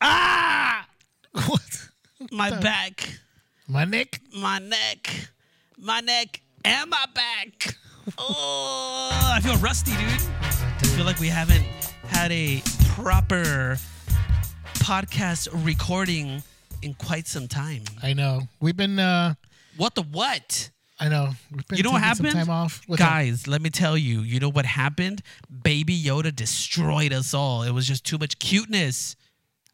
Ah! my back, My neck. my neck, my neck, and my back. Oh, I feel rusty, dude. I feel like we haven't had a proper podcast recording in quite some time. I know. We've been. uh What the what? I know. We've been You know what taking some happened? Time off. uh, What's up? Guys, let me tell you, you know what happened? Baby Yoda destroyed us all. It was just too much cuteness.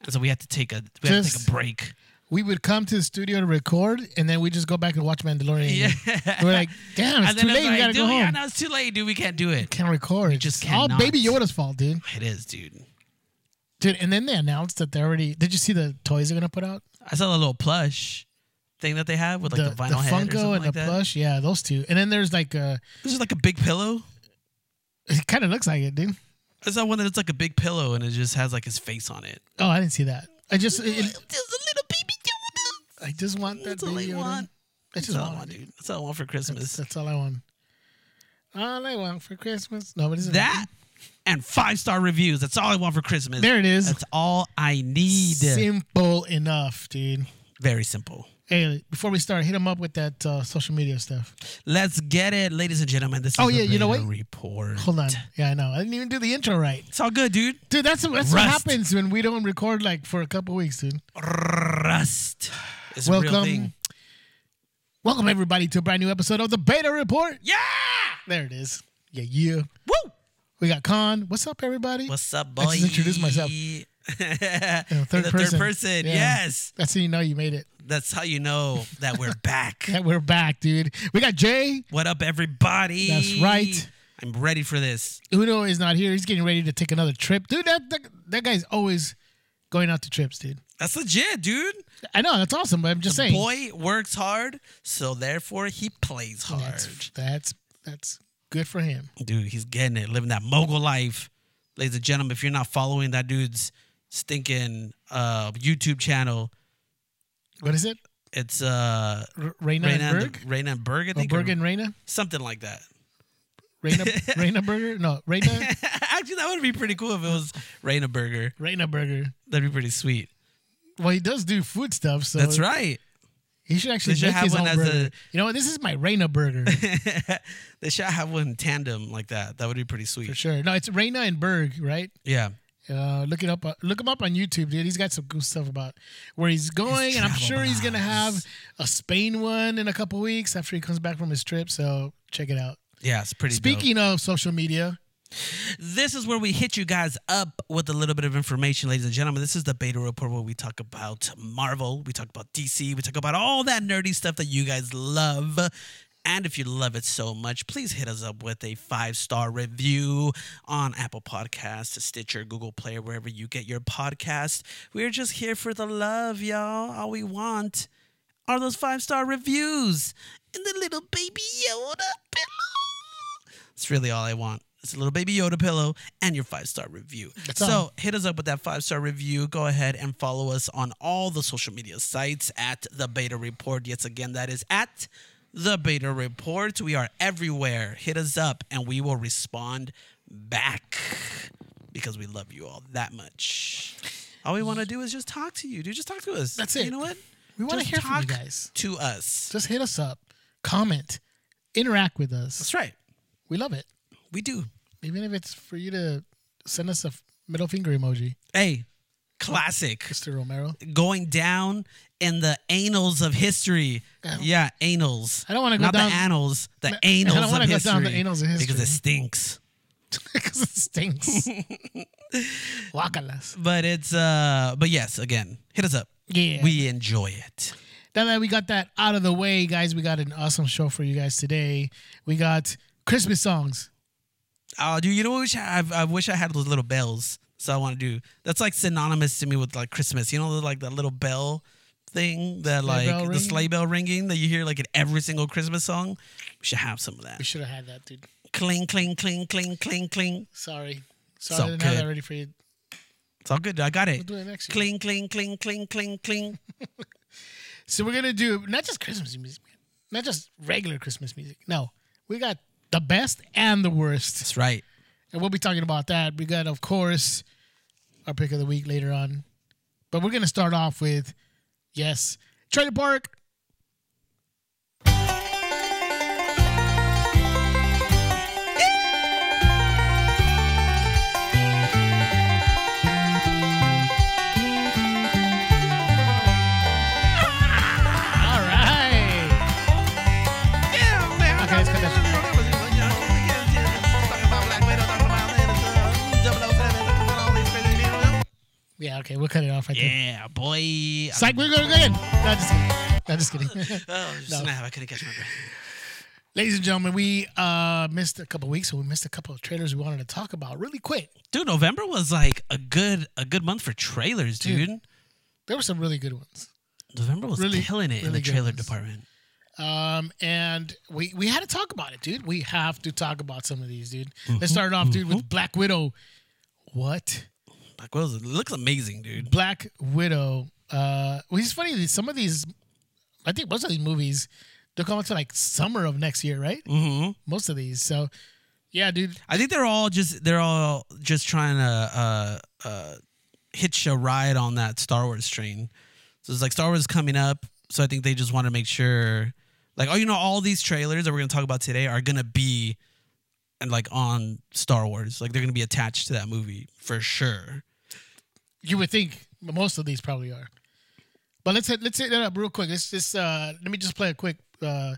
And so we had to take a we had to take Just- a break. we would come to the studio to record, and then we just go back and watch Mandalorian. Yeah. We're like, damn, it's and then I was too late. we like, gotta go dude, home. Yeah, no, it's too late, dude. We can't do it. Can't record. just It's all cannot. Baby Yoda's fault, dude. It is, dude. Dude, and then they announced that they already. Did you see the toys they're gonna put out? I saw the little plush thing that they have with like the, vinyl head or Funko something and like the that. plush. Yeah, those two. And then there's like a. This is like a big pillow. It kind of looks like it, dude. I saw one that looks like a big pillow and it just has like his face on it. Oh, I didn't see that. I just. It, it- There's a little baby Yoda. I just want that That's all I Baby Yoda. want. I That's just all I want, it, want, dude. dude. That's all I want for Christmas. That's all I want. All I want for Christmas. No, but is That and five star reviews. That's all I want for Christmas. There it is. That's all I need. Simple enough, dude. Very simple. Hey, before we start, hit him up with that uh, social media stuff. Let's get it, ladies and gentlemen. This is Oh, the yeah, you know Raider what? Report. Hold on. Yeah, I know. I didn't even do the intro right, It's all good, dude. dude. That's that's what Rust. happens when we don't record like for a couple weeks, dude. Rust is a real Welcome, thing. welcome everybody to a brand new episode of the Beta Report. Yeah. There it is. Yeah, yeah. Woo. We got Khan. What's up, everybody? What's up, boy? I just introduced myself. In In the the third person. Yeah. Yes. That's how you know you made it. That's how you know that we're back. Yeah, we're back, dude. We got Jay. what up, everybody? That's right. I'm ready for this. Uno is not here. He's getting ready to take another trip, dude. That that, that guy's always going out to trips, dude. That's legit, dude. I know that's awesome, but I'm just saying. Boy works hard, so therefore he plays hard. Oh, That's that's that's good for him. dude, he's getting it, living that mogul life. Ladies and gentlemen, if you're not following that dude's stinking uh, YouTube channel, What is it? it's uh, R- Reina, Raina and Berg? the- Raina and Berg, I Or think, Berg or Oh, and Reina? something like that. Reina, Reina Burger? No, Reina, Actually, that would be pretty cool if it was Raina Burger. Reina Burger. That'd be pretty sweet. Well, he does do food stuff, so That's right. He should actually They should make have his one own as burger. a- You know what? This is my Reina Burger they should have one tandem like that. That would be pretty for sweet. sure. No, it's Reina and Berg, right? Yeah. Uh, look it up. Uh, look him up on YouTube, dude. He's got some cool stuff about where he's going, and I'm travel sure he's gonna have blogs. a Spain one in a couple weeks after he comes back from his trip. So check it out. Yeah, it's pretty dope. Speaking of social media, This is where we hit you guys up with a little bit of information, ladies and gentlemen. This is the Beta Report where we talk about Marvel, we talk about DC, we talk about all that nerdy stuff that you guys love. And if you love it so much, please hit us up with a five star review on Apple Podcasts, Stitcher, Google Play, wherever you get your podcast. We're just here for the love, y'all. All we want are those five star reviews and the little baby Yoda pillow. It's really all I want. It's a little baby Yoda pillow and your five star review. so all. hit us up with that five star review. Go ahead and follow us on all the social media sites at the Beta Report. Yes, again, that is at the Beta Report. We are everywhere. Hit us up and we will respond back because we love you all that much. All we want to do is just talk to you, dude. Just talk to us. That's it. You know what? we want to Just hear from you talk guys. To us. Just hit us up, comment, interact with us. That's right. We love it, We do. even if it's for you to send us a f- middle finger emoji, Hey, classic. Mr. Romero. Going down in the annals of history. Yeah, annals. I don't wanna go Not down- the annals, the I annals don't of wanna go history. down the annals of Because history. it stinks. because it stinks. Wakalas. But it's, uh but yes, again, hit us up. Yeah. We enjoy it. now that we got that out of the way, guys, we got an awesome show for you guys today. We got Christmas songs. Oh, dude, you know what? I wish I, I wish I had those little bells. So I want to do. That's like synonymous to me with like Christmas. You know, like that little bell thing that bell like the ringing? sleigh bell ringing that you hear like in every single Christmas song. We should have some of that. We should have had that, dude. Cling, cling, cling, cling, cling, cling. Sorry. So Sorry, I didn't have good. that ready for you. It's all good. I got it. We'll do it next year. Cling, cling, cling, cling, cling, cling. So we're gonna do not just Christmas music, man. Not just regular Christmas music. No. We got the best and the worst. That's right. And we'll be talking about that. We got, of course, our pick of the week later on. But we're gonna start off with Yes. Trailer Park. All right. Okay, let's cut Yeah, okay, we'll cut it off right there. Yeah, boy. Psych, we're gonna go in. No, just kidding. No, just kidding. Oh, snap. I couldn't catch my breath. Ladies and gentlemen, we uh, missed a couple weeks, so we missed a couple of trailers we wanted to talk about really quick. Dude, November was like a good a good month for trailers, dude. Dude. There were some really good ones. November was Really- killing it in really the good trailer ones. department. Um, and we we had to talk about it, dude. We have to talk about some of these, dude. Let's start it off, dude, with Black Widow. What? Black Widow looks amazing, dude. Black Widow. Uh, which is funny. these- Some of these, I think most of these movies, they're coming to like summer of next year, right? Mm-hmm. Most of these. So, yeah, dude. I think they're all just they're all just trying to uh, uh, hitch a ride on that Star Wars train. So it's like Star Wars is coming up, so I think they just want to make sure, like, oh, you know, all these trailers that we're gonna talk about today are gonna be, and like on Star Wars, like they're gonna be attached to that movie for sure. You would think most of these probably are. But let's hit, let's hit that up real quick. Let's just uh, let me just play a quick uh,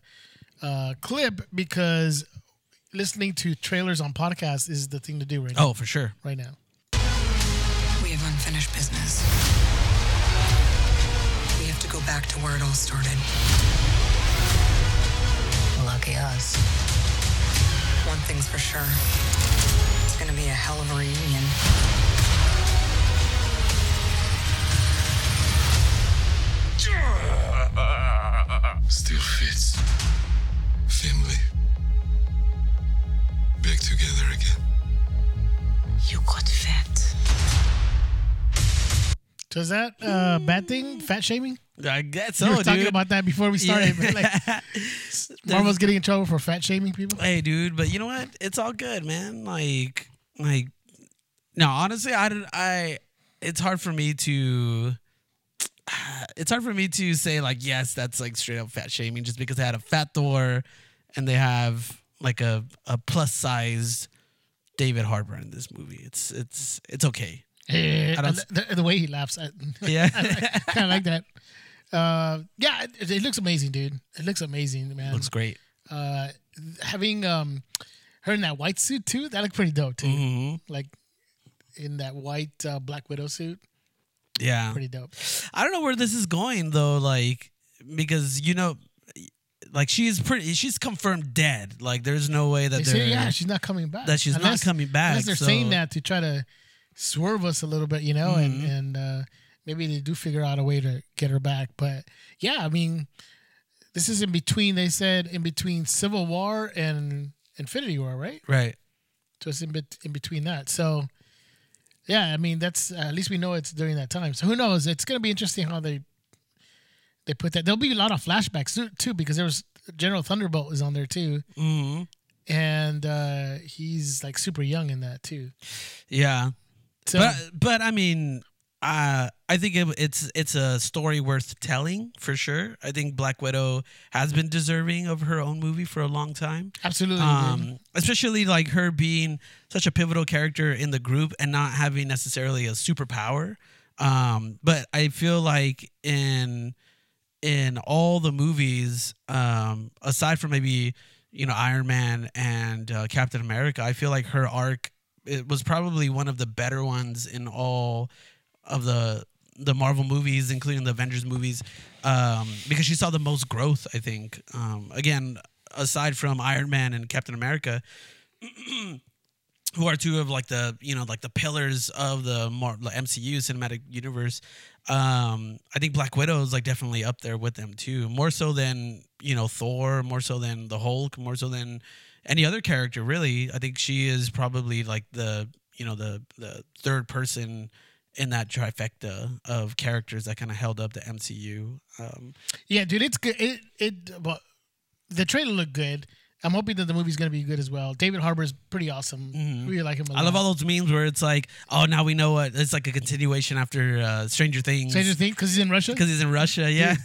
uh, clip because listening to trailers on podcasts is the thing to do right now. Oh, for sure. Right now. We have unfinished business. We have to go back to where it all started. Lucky us. One thing's for sure. It's gonna be a hell of a reunion. Still fits. Family. Back together again. You got fat. So is that uh, bad thing? Fat shaming? I guess so, We were dude. talking about that before we started. but, like, Marvel's getting in trouble for fat shaming people. hey, dude, but you know what? It's all good, man. Like, like, no, honestly, I did. I. It's hard for me to. It's hard for me to say like yes, that's like straight up fat shaming, just because they had a fat Thor, and they have like a a plus sized David Harbour in this movie. It's it's it's okay. I And don't- the, the way he laughs, I, Yeah, kind of like that. Uh, yeah, it, it looks amazing, dude. It looks amazing, man. looks great. uh, having um, her in that white suit too, that looked pretty dope too. hmm Like in that white uh, Black Widow suit, Yeah, pretty dope. I don't know where this is going though, like because you know, like she's pretty, she's confirmed dead. Like there's no way They that they're say, yeah, she's not coming back. that she's not coming back, Unless they're so- Mm-hmm. saying that to try to swerve us a little bit, you know, and and uh, maybe they do figure out a way to get her back. But yeah, I mean, this is in between. They said in between Civil War and Infinity War, right? right. So it's in, bet- in between that. So, yeah, I mean, that's uh, at least we know it's during that time. So who knows? It's gonna be interesting how they they put that. There'll be a lot of flashbacks too, too because there was General Thunderbolt is on there too, Mm-hmm. hmm and uh, he's like super young in that too. Yeah, So but but I mean, uh, I think it, it's it's a story worth telling for sure. I think Black Widow has been deserving of her own movie for a long time. absolutely, dude. um, especially like her being such a pivotal character in the group and not having necessarily a superpower. Um, but I feel like in in all the movies, um, aside from maybe you know Iron Man and uh, Captain America, I feel like her arc it was probably one of the better ones in all of the the Marvel movies, including the Avengers movies, um, because she saw the most growth. I think um, again, aside from Iron Man and Captain America, who are two of like the you know like the pillars of the Mar- like, MCU cinematic universe. Um, I think Black Widow is like definitely up there with them too, more so than you know Thor, more so than the Hulk, more so than any other character really. I think she is probably like the you know the the third person in that trifecta of characters that kind of held up the MCU. Um, yeah, dude, it's good. It it but the trailer looked good. I'm hoping that the movie's going to be good as well. David Harbour's pretty awesome. We really like him. A Mm-hmm. I lot. love all those memes where it's like, oh, now we know what it's like a continuation after uh, Stranger Things. Stranger Things because he's in Russia. because he's in Russia. Yeah,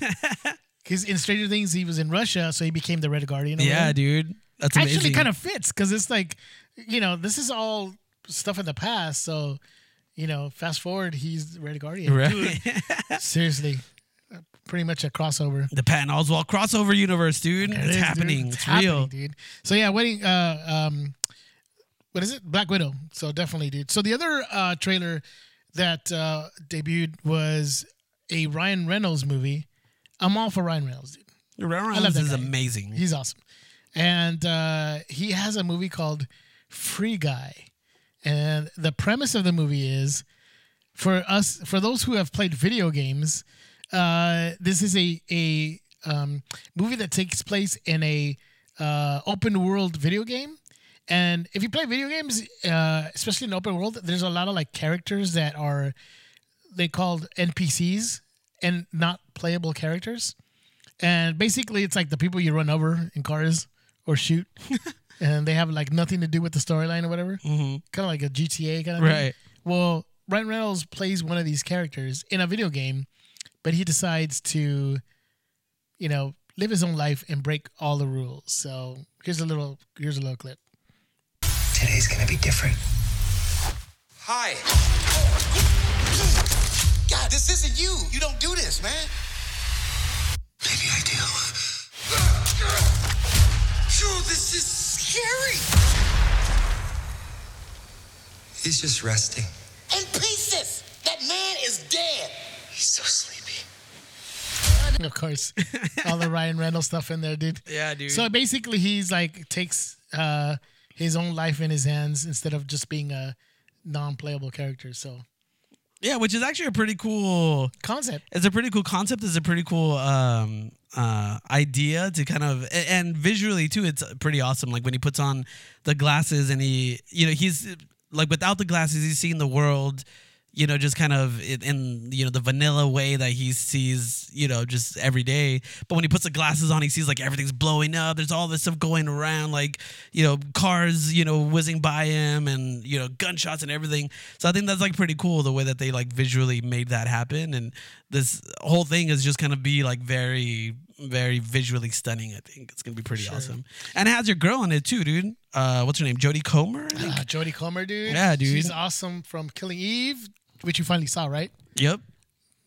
Because in Stranger Things he was in Russia, so he became the Red Guardian. over yeah, there. dude. That's amazing. actually kind of fits because it's like, you know, this is all stuff in the past. So, you know, fast forward, he's the Red Guardian. right. Dude, seriously, Uh, pretty much a crossover. the Patton Oswald crossover universe, dude. It it's is, dude. happening. It's, real. dude. So yeah, wedding. Uh, um, what is it? Black Widow. So definitely, dude. So the other uh, trailer that uh, debuted was a Ryan Reynolds movie. I'm all for Ryan Reynolds, dude. Ryan I love Reynolds that is guy. amazing. He's awesome, and uh, he has a movie called Free Guy, and the premise of the movie is for us for those who have played video games. Uh, this is a a um, movie that takes place in a uh, open world video game, and if you play video games, uh, especially in open world, there's a lot of like characters that are they called NPCs and not playable characters. And basically, it's like the people you run over in cars or shoot, and they have like nothing to do with the storyline or whatever. Mm-hmm. Kind of like a GTA kind of Thing. Right. Well, Ryan Reynolds plays one of these characters in a video game, but he decides to, you know, live his own life and break all the rules. So here's a little here's a little clip. Today's gonna be different. Hi. God, this isn't you. You don't do this, man. Maybe I do. Yo, this is scary. He's just resting. In pieces. That man is dead. He's so sleepy. Of course, all the Ryan Reynolds stuff in there, dude. Yeah, dude. So basically, he's like takes uh, his own life in his hands instead of just being a non-playable character. So yeah, which is actually a pretty cool. concept. It's a pretty cool concept. It's a pretty cool um, uh, idea to kind of a- and visually too. It's pretty awesome. Like when he puts on the glasses and he, you know, he's like without the glasses, he's seeing the world. You know, just kind of in- in you know the vanilla way that he sees, you know, just every day. But when he puts the glasses on, he sees like everything's blowing up. There's all this stuff going around, like you know, cars, you know, whizzing by him, and you know, gunshots and everything. So I think that's like pretty cool the way that they like visually made that happen. And this whole thing is just gonna be like very, very visually stunning. I think it's gonna be pretty awesome. And it has your girl in it too, dude. Uh, what's her name? Jodie Comer. I think? Uh, Jodie Comer, dude. Yeah, dude. She's awesome from Killing Eve, which you finally saw, right? Yep.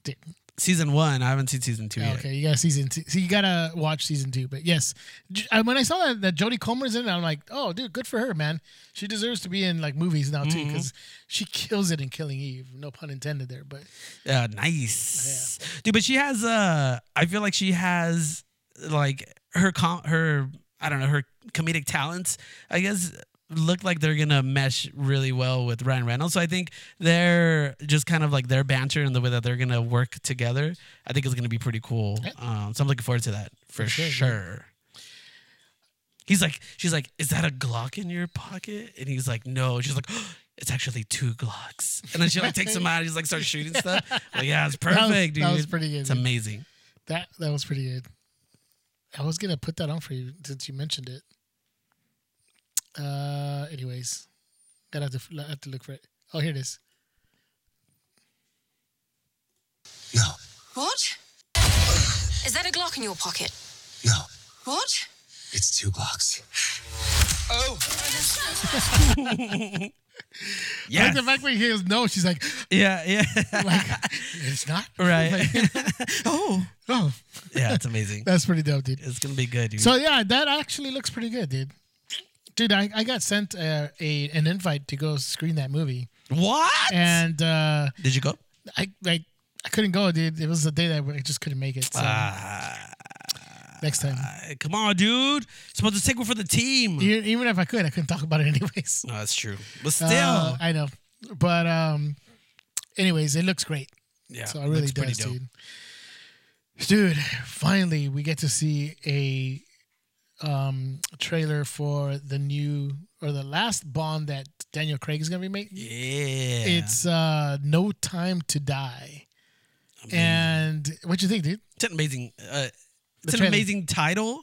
Dude. Season one. I haven't seen season two yet. Okay, you got season two. So you gotta watch season two. But yes, J- and when I saw that, that Jodie Comer's in it, I'm like, oh, dude, good for her, man. She deserves to be in like movies now Mm-hmm. too, because she kills it in Killing Eve. No pun intended there, but Yeah, Uh, nice. Dude, but she has uh I feel like she has like her com- her I don't know, her comedic talents, I guess look like they're gonna mesh really well with Ryan Reynolds. So I think they're just kind of like their banter and the way that they're gonna work together, I think is gonna be pretty cool. Um, so I'm looking forward to that for, sure, sure. yeah. He's like, she's like, is that a Glock in your pocket? And he's like, no. She's like, it's actually two Glocks. And then she like takes them out. He's like, starts shooting stuff. Like, yeah, it's was- perfect, dude. that was pretty good, It's dude. amazing. that that was pretty good. I was gonna put that on for you since you mentioned it. Uh, anyways, gotta have to f- have to look for it. Oh, here it is. No, What? Is that a Glock in your pocket? no. What? It's two blocks. I Yeah, Like the fact when he hears no, she's like, yeah, yeah. like it's not right. Like, oh, oh, yeah, it's amazing. that's pretty dope, dude. It's gonna be good, dude. So yeah, that actually looks pretty good, dude. Dude, I, I got sent uh, a an invite to go screen that movie, what? and uh, Did you go? I like I couldn't go, dude. It was the day that I just couldn't make it. So next time, Uh, Come on, dude. supposed to take one for the team. E- even if I could, I couldn't talk about it anyways. No, that's true. But still, Uh, I know, but um, anyways, it looks great. yeah, So I really looks pretty does, dope. dude. Dude, finally we get to see a um trailer for the new or the last Bond that Daniel Craig is gonna be making. Yeah, It's uh No Time to Die. Amazing. And what you think, dude? it's an amazing. Uh, it's an trailer. amazing title.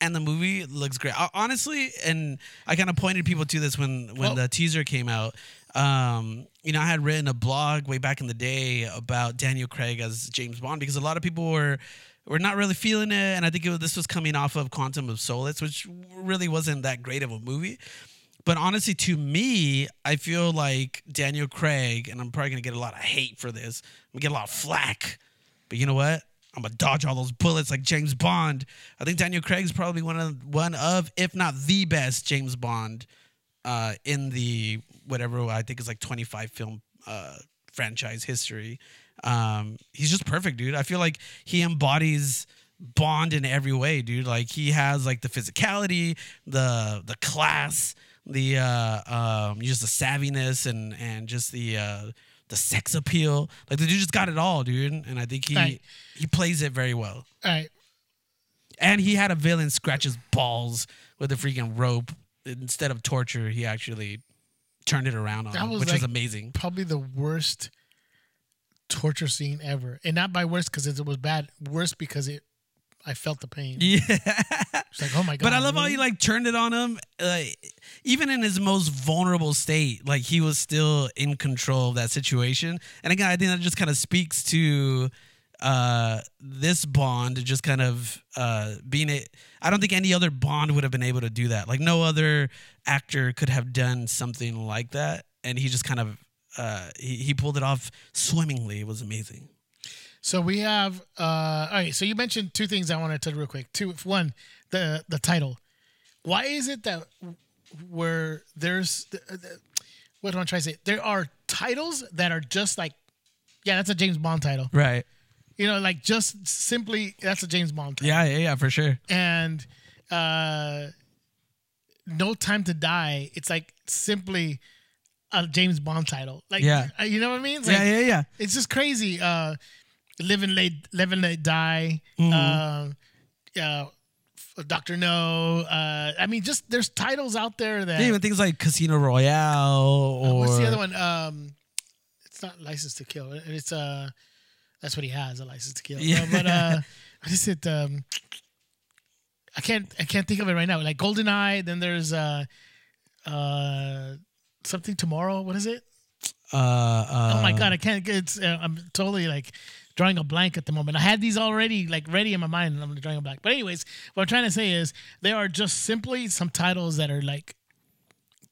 and the movie looks great. I, honestly, and I kind of pointed people to this when when Oh. the teaser came out. Um, you know, I had written a blog way back in the day about Daniel Craig as James Bond because a lot of people were were not really feeling it, and I think it was, this was coming off of Quantum of Solace, which really wasn't that great of a movie. But honestly, to me, I feel like Daniel Craig, and I'm probably gonna get a lot of hate for this. I'm gonna get a lot of flack. But you know what? I'm gonna dodge all those bullets like James Bond. I think Daniel Craig's probably one of one of, if not the best James Bond uh, in the whatever I think is like 25 film uh, franchise history. Um, he's just perfect, dude. I feel like he embodies Bond in every way, dude. Like he has like the physicality, the the class, the uh, um, just the savviness and and just the uh, the sex appeal. Like the dude just got it all, dude. And I think he Right. he plays it very well. All right. And he had a villain scratch his balls with a freaking rope. Instead of torture, he actually turned it around on That him, was which was like- amazing. Probably the worst torture scene ever, and not by worst because it was bad. Worst because it, I felt the pain. Yeah. It's like oh my god. But I love how really? you like turned it on him. Uh, even in his most vulnerable state, like he was still in control of that situation. And again, I think that just kind of speaks to uh this bond just kind of uh being it i don't think any other bond would have been able to do that like no other actor could have done something like that and he just kind of uh he, he pulled it off swimmingly it was amazing So we have uh all right, so you mentioned two things I want to touch real quick. Two one, the the title. Why is it that where there's uh, the- what do I try to say? There are titles that are just like yeah, that's a James Bond title. right You know, like just simply that's a James Bond title. yeah yeah yeah for sure And uh No Time to Die, it's like simply a James Bond title. Like uh, Yeah. you know what I mean? It's yeah like- yeah yeah it's just crazy. Uh, live and let live and let die. Mm-hmm. Uh, uh, Doctor No. Uh, I mean, just there's titles out there that. Yeah, even things like Casino Royale or what's the other one? Um, it's not License to Kill. It's uh, that's what he has a license to kill. Yeah. Uh, but uh, what is it? Um, I can't I can't think of it right now. Like Golden Eye. Then there's uh, uh, something tomorrow. What is it? Uh, uh, oh my god, I can't. It's uh, I'm totally like drawing a blank at the moment. I had these already like ready in my mind, and I'm drawing a blank. But anyways, what I'm trying to say is there are just simply some titles that are like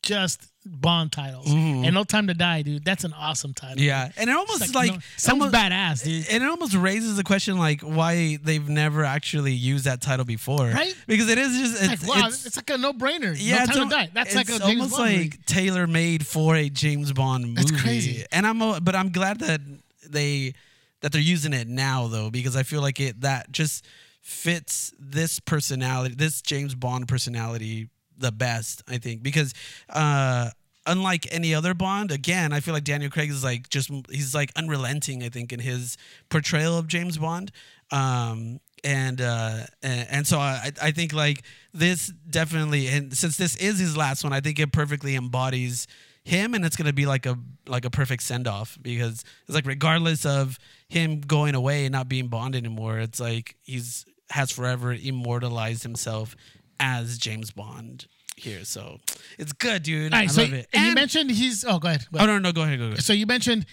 just Bond titles, and No Time to Die, dude. That's an awesome title. Mm-hmm. Yeah, and it It's almost like, like, no- sounds almost- badass, dude. And it almost raises the question like why they've never actually used that title before, Right? Because it is just Like, it's, wow, it's- it's, like a no-brainer. yeah, no it's time al- to die. That's like a it's James almost Bond movie. like tailor made for a James Bond movie. That's crazy. And I'm a- but I'm glad that they that they're using it now though because I feel like it that just fits this personality, this James Bond personality the best, I think, because uh unlike any other Bond, again, I feel like Daniel Craig is like just he's like unrelenting, I think, in his portrayal of James Bond. Um and uh and, and so I I think like this definitely and since this is his last one, I think it perfectly embodies him and it's gonna be like a like a perfect send off because it's like regardless of him going away and not being Bond anymore, it's like he's has forever immortalized himself as James Bond here. So it's good, dude. All right, I so love it. and you And- mentioned he's. Oh, go ahead. oh no, no, go ahead, go ahead. So you mentioned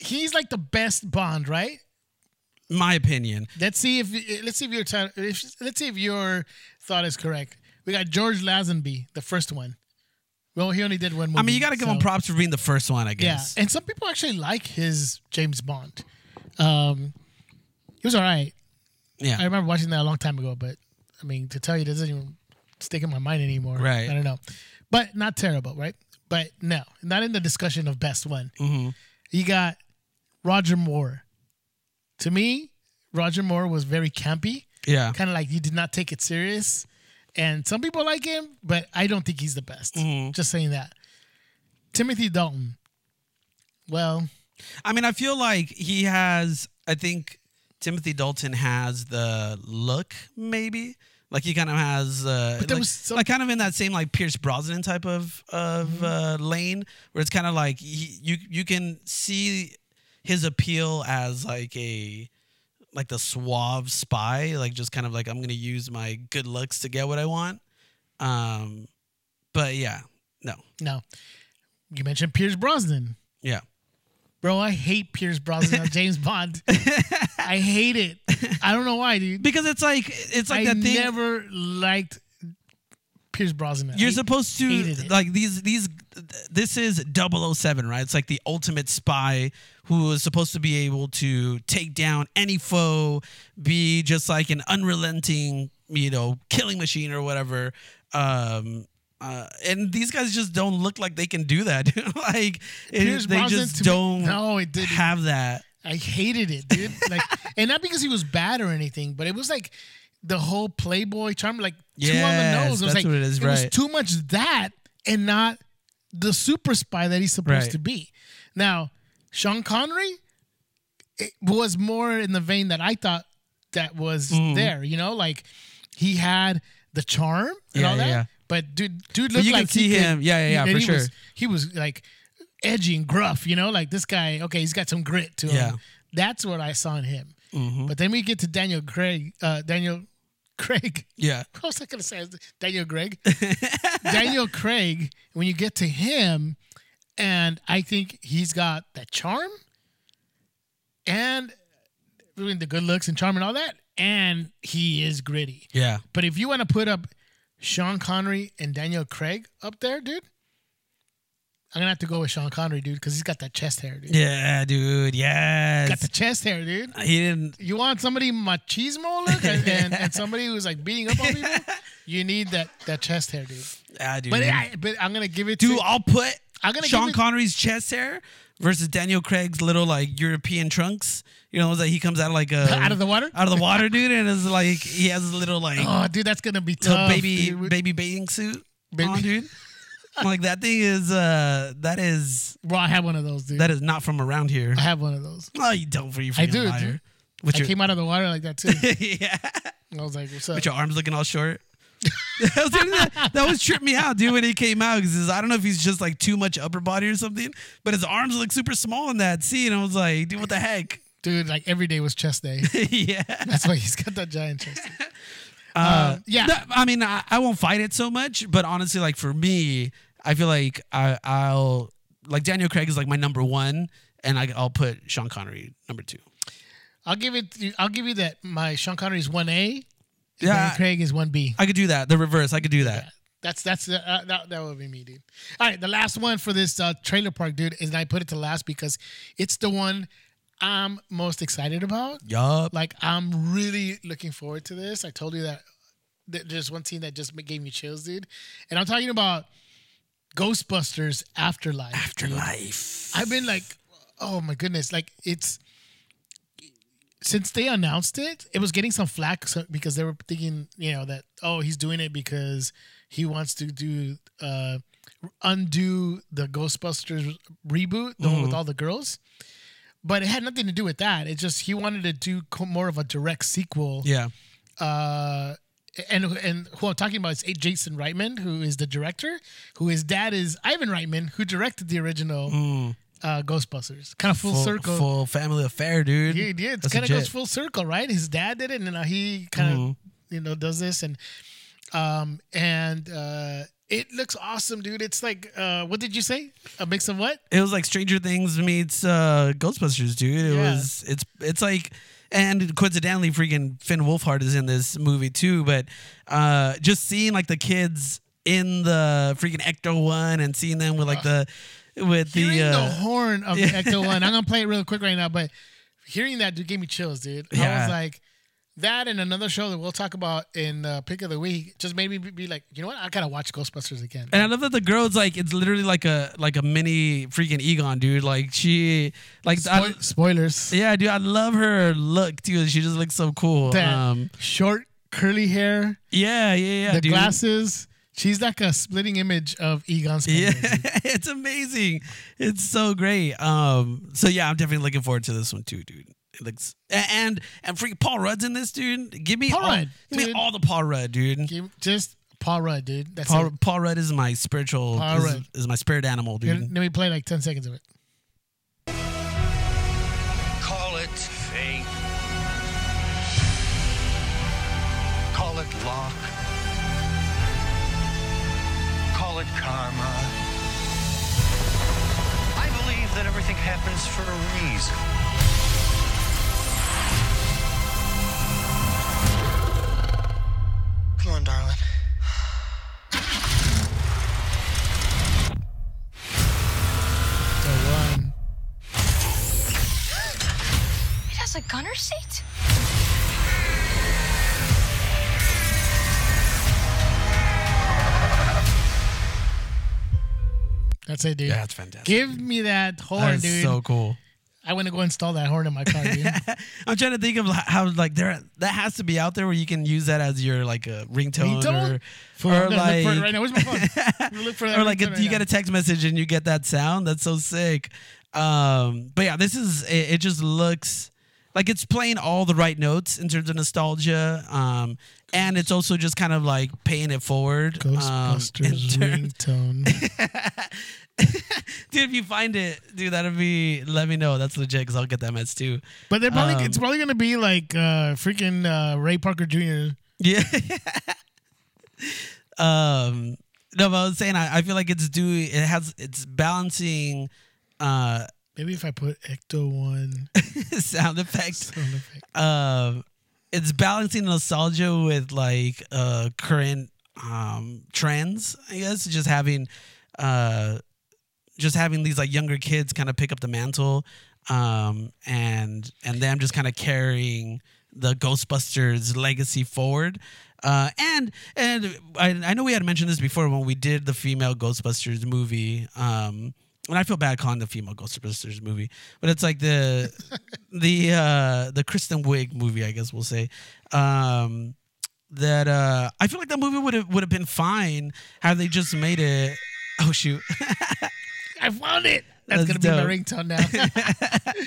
he's like the best Bond, right? My opinion. Let's see if let's see if your ti- if, let's see if your thought is correct. We got George Lazenby, the first one. Well, he only did one movie. I mean, you got to give him so- props for being the first one, I Yeah, guess. and some people actually like his James Bond. Um, he was all right. Yeah, I remember watching that a long time ago, but I mean, to tell you, it doesn't even stick in my mind anymore. Right. I don't know, but not terrible, right? But no, not in the discussion of best one. Mm-hmm. You got Roger Moore. To me, Roger Moore was very campy yeah. kind of like you did not take it serious. And some people like him, but I don't think he's the best. Mm-hmm. Just saying that. Timothy Dalton. Well, I mean, I feel like he has. I think Timothy Dalton has the look, maybe. Like he kind of has, uh, But there like, was some- Mm-hmm. like kind of in that same like Pierce Brosnan type of of uh, lane, where it's kind of like he, you you can see his appeal as like a like the suave spy, like just kind of like I'm gonna use my good looks to get what I want. Um, but yeah, no, No. You mentioned Pierce Brosnan. yeah, Bro, I hate Pierce Brosnan on James Bond. I hate it. I don't know why, dude. because it's like it's like I that thing. never liked Pierce Brosnan. You're I- supposed to hated it. like these these this is 007, right? It's like the ultimate spy who is supposed to be able to take down any foe, be just like an unrelenting, you know, killing machine or whatever. Um uh, and these guys just don't look like they can do that. dude. like it- Pierce they Brosnan just to me- don't No, it didn't. have that. I hated it, dude. Like, and not because he was bad or anything, but it was like the whole Playboy charm, like too on the Yes, nose. It that's was like what it is, it was right. too much that and not the super spy that he's supposed Right. to be. Now, Sean Connery it was more in the vein that I thought that was Mm-hmm. there. You know, like he had the charm and Yeah, all yeah, that. yeah. But dude, dude But looked you can like see he could- him. Yeah, yeah, yeah, and for he was- sure. he was like edgy and gruff, you know, like this guy, okay, he's got some grit to him. Yeah. That's what I saw in him. But then we get to Daniel Craig, uh, Daniel Craig. Yeah. What was I going to say? Daniel Craig? Daniel Craig, when you get to him, and I think he's got that charm and I mean, the good looks and charm and all that, and he is gritty. Yeah. But if you want to put up Sean Connery and Daniel Craig up there, dude, I'm gonna have to go with Sean Connery, dude, because he's got that chest hair, dude. Yeah, dude. Got the Yes. chest hair, dude. He didn't You want somebody machismo look and, and, and somebody who's like beating up on people? You need that that chest hair, dude. ah, dude. But I, but I'm gonna give it to Dude, I'll put I'm gonna Sean give it- Connery's chest hair versus Daniel Craig's little like European trunks. You know, it's like he comes out of like a Out of the water? out of the water, dude, and it's like he has a little like Oh, dude, that's gonna be little tough. baby dude. baby bathing suit Baby- on, dude. I'm like that thing is uh that is Bro, I have one of those, dude. that is not from around here. I have one of those. Oh, you don't for you I freaking do. liar. Dude. With I your came out of the water like that too. yeah, I was like, "What's up?" with your arms looking all short. that, was, that, that was tripped me out, dude, when he came out because I don't know if he's just like too much upper body or something, but his arms look super small in that scene. I was like, dude, what the heck? dude, like every day was chest day. yeah. That's why he's got that giant chest. Uh, yeah. no, I mean, I, I won't fight it so much, but honestly, like for me, I feel like I, I'll like Daniel Craig is like my number one, and I, I'll put Sean Connery number two. I'll give it. to you- I'll give you that. My Sean Connery is one A. Yeah, I, Craig is one B. I could do that. The reverse, I could do that. That's that's uh, that that would be me, dude. All right, the last one for this uh, trailer park, dude, is and I put it to last because it's the one I'm most excited about. Yup. Like I'm really looking forward to this. I told you that th- there's one scene that just ma- gave me chills, dude, and I'm talking about Ghostbusters Afterlife. Afterlife. I've been like, oh my goodness, like it's since they announced it, it was getting some flack so- because they were thinking, you know, that oh he's doing it because he wants to do uh undo the Ghostbusters reboot, the one with all the girls. But it had nothing to do with that. It just he wanted to do co- more of a direct sequel Yeah. uh, and and who I'm talking about is Jason Reitman, who is the director, who his dad is Ivan Reitman, who directed the original uh, Ghostbusters. Kind of full, Hmm. Full, circle. full family affair, dude. yeah, yeah, it That's kind of goes legit. full circle, right? His dad did it, and now he kind Hmm. of you know does this, and um and uh it looks awesome, dude. It's like uh what did you say? A mix of what? it was like Stranger Things meets uh, Ghostbusters, dude. It Yeah. was it's it's like and coincidentally, freaking Finn Wolfhard is in this movie too. But uh, just seeing like the kids in the freaking Ecto one and seeing them with like the with hearing the, uh, the horn of the Ecto One. I'm gonna play it real quick right now, but hearing that dude gave me chills, dude. I Yeah. was like, that and another show that we'll talk about in uh, pick of the week just made me be be like, you know what? I gotta watch Ghostbusters again. And I love that the girl's like it's literally like a like a mini freaking Egon, dude. Like she like I, Spoil- spoilers. yeah, dude. I love her look too. She just looks so cool. That Um, short curly hair, yeah, yeah, yeah. the dude. glasses. She's like a splitting image of Egon Yeah, Spengler. dude. it's amazing. It's so great. Um, so yeah, I'm definitely looking forward to this one too, dude. It looks a- and and freak Paul Rudd's in this, dude. Give me Paul all, Rudd, give me dude. all the Paul Rudd, dude. Give- Just Paul Rudd, dude. That's Paul, it. Paul Rudd is my spiritual, Paul is, Rudd. is my spirit animal, Here, dude. Let me play like ten seconds of it. Call it fate. luck. Call it karma. I believe that everything happens for a reason. Come on, darling. The one. It has a gunner seat? That's it, dude. Yeah, that's fantastic. Give me that horn, That is dude. so cool. I want to go install that horn in my car, dude. I'm trying to think of li- how like there that has to be out there where you can use that as your like a ringtone, Ringtone? or, For, or Oh, I'm gonna like look for it right now. Where's my phone? I'm gonna look for that or like a, ringtone right you get now. a text message and you get that sound. That's so sick. Um, but yeah, this is it, it. Just looks like it's playing all the right notes in terms of nostalgia. Um, and it's also just kind of like paying it forward. um, in Ghostbusters terms- ringtone. dude. If you find it, dude, that'll be. Let me know. That's legit because I'll get that mess too. But they're probably Um, it's probably gonna be like uh, freaking uh, Ray Parker Jr. Yeah. um no, but I was saying I, I feel like it's doing it has it's balancing uh Maybe if I put Ecto One sound effects. sound effect. Um it's balancing nostalgia with like uh current um trends, I guess. Just having uh just having these like younger kids kind of pick up the mantle um and and them just kind of carrying the ghostbusters legacy forward uh and and I, I know we had mentioned this before when we did the female ghostbusters movie um and I feel bad calling the female Ghostbusters movie, but it's like the the uh, the Kristen Wiig movie, I guess we'll say. Um, that uh, I feel like that movie would have would have been fine had they just made it. Oh shoot! I found it. That's, That's gonna dope. be my ringtone now.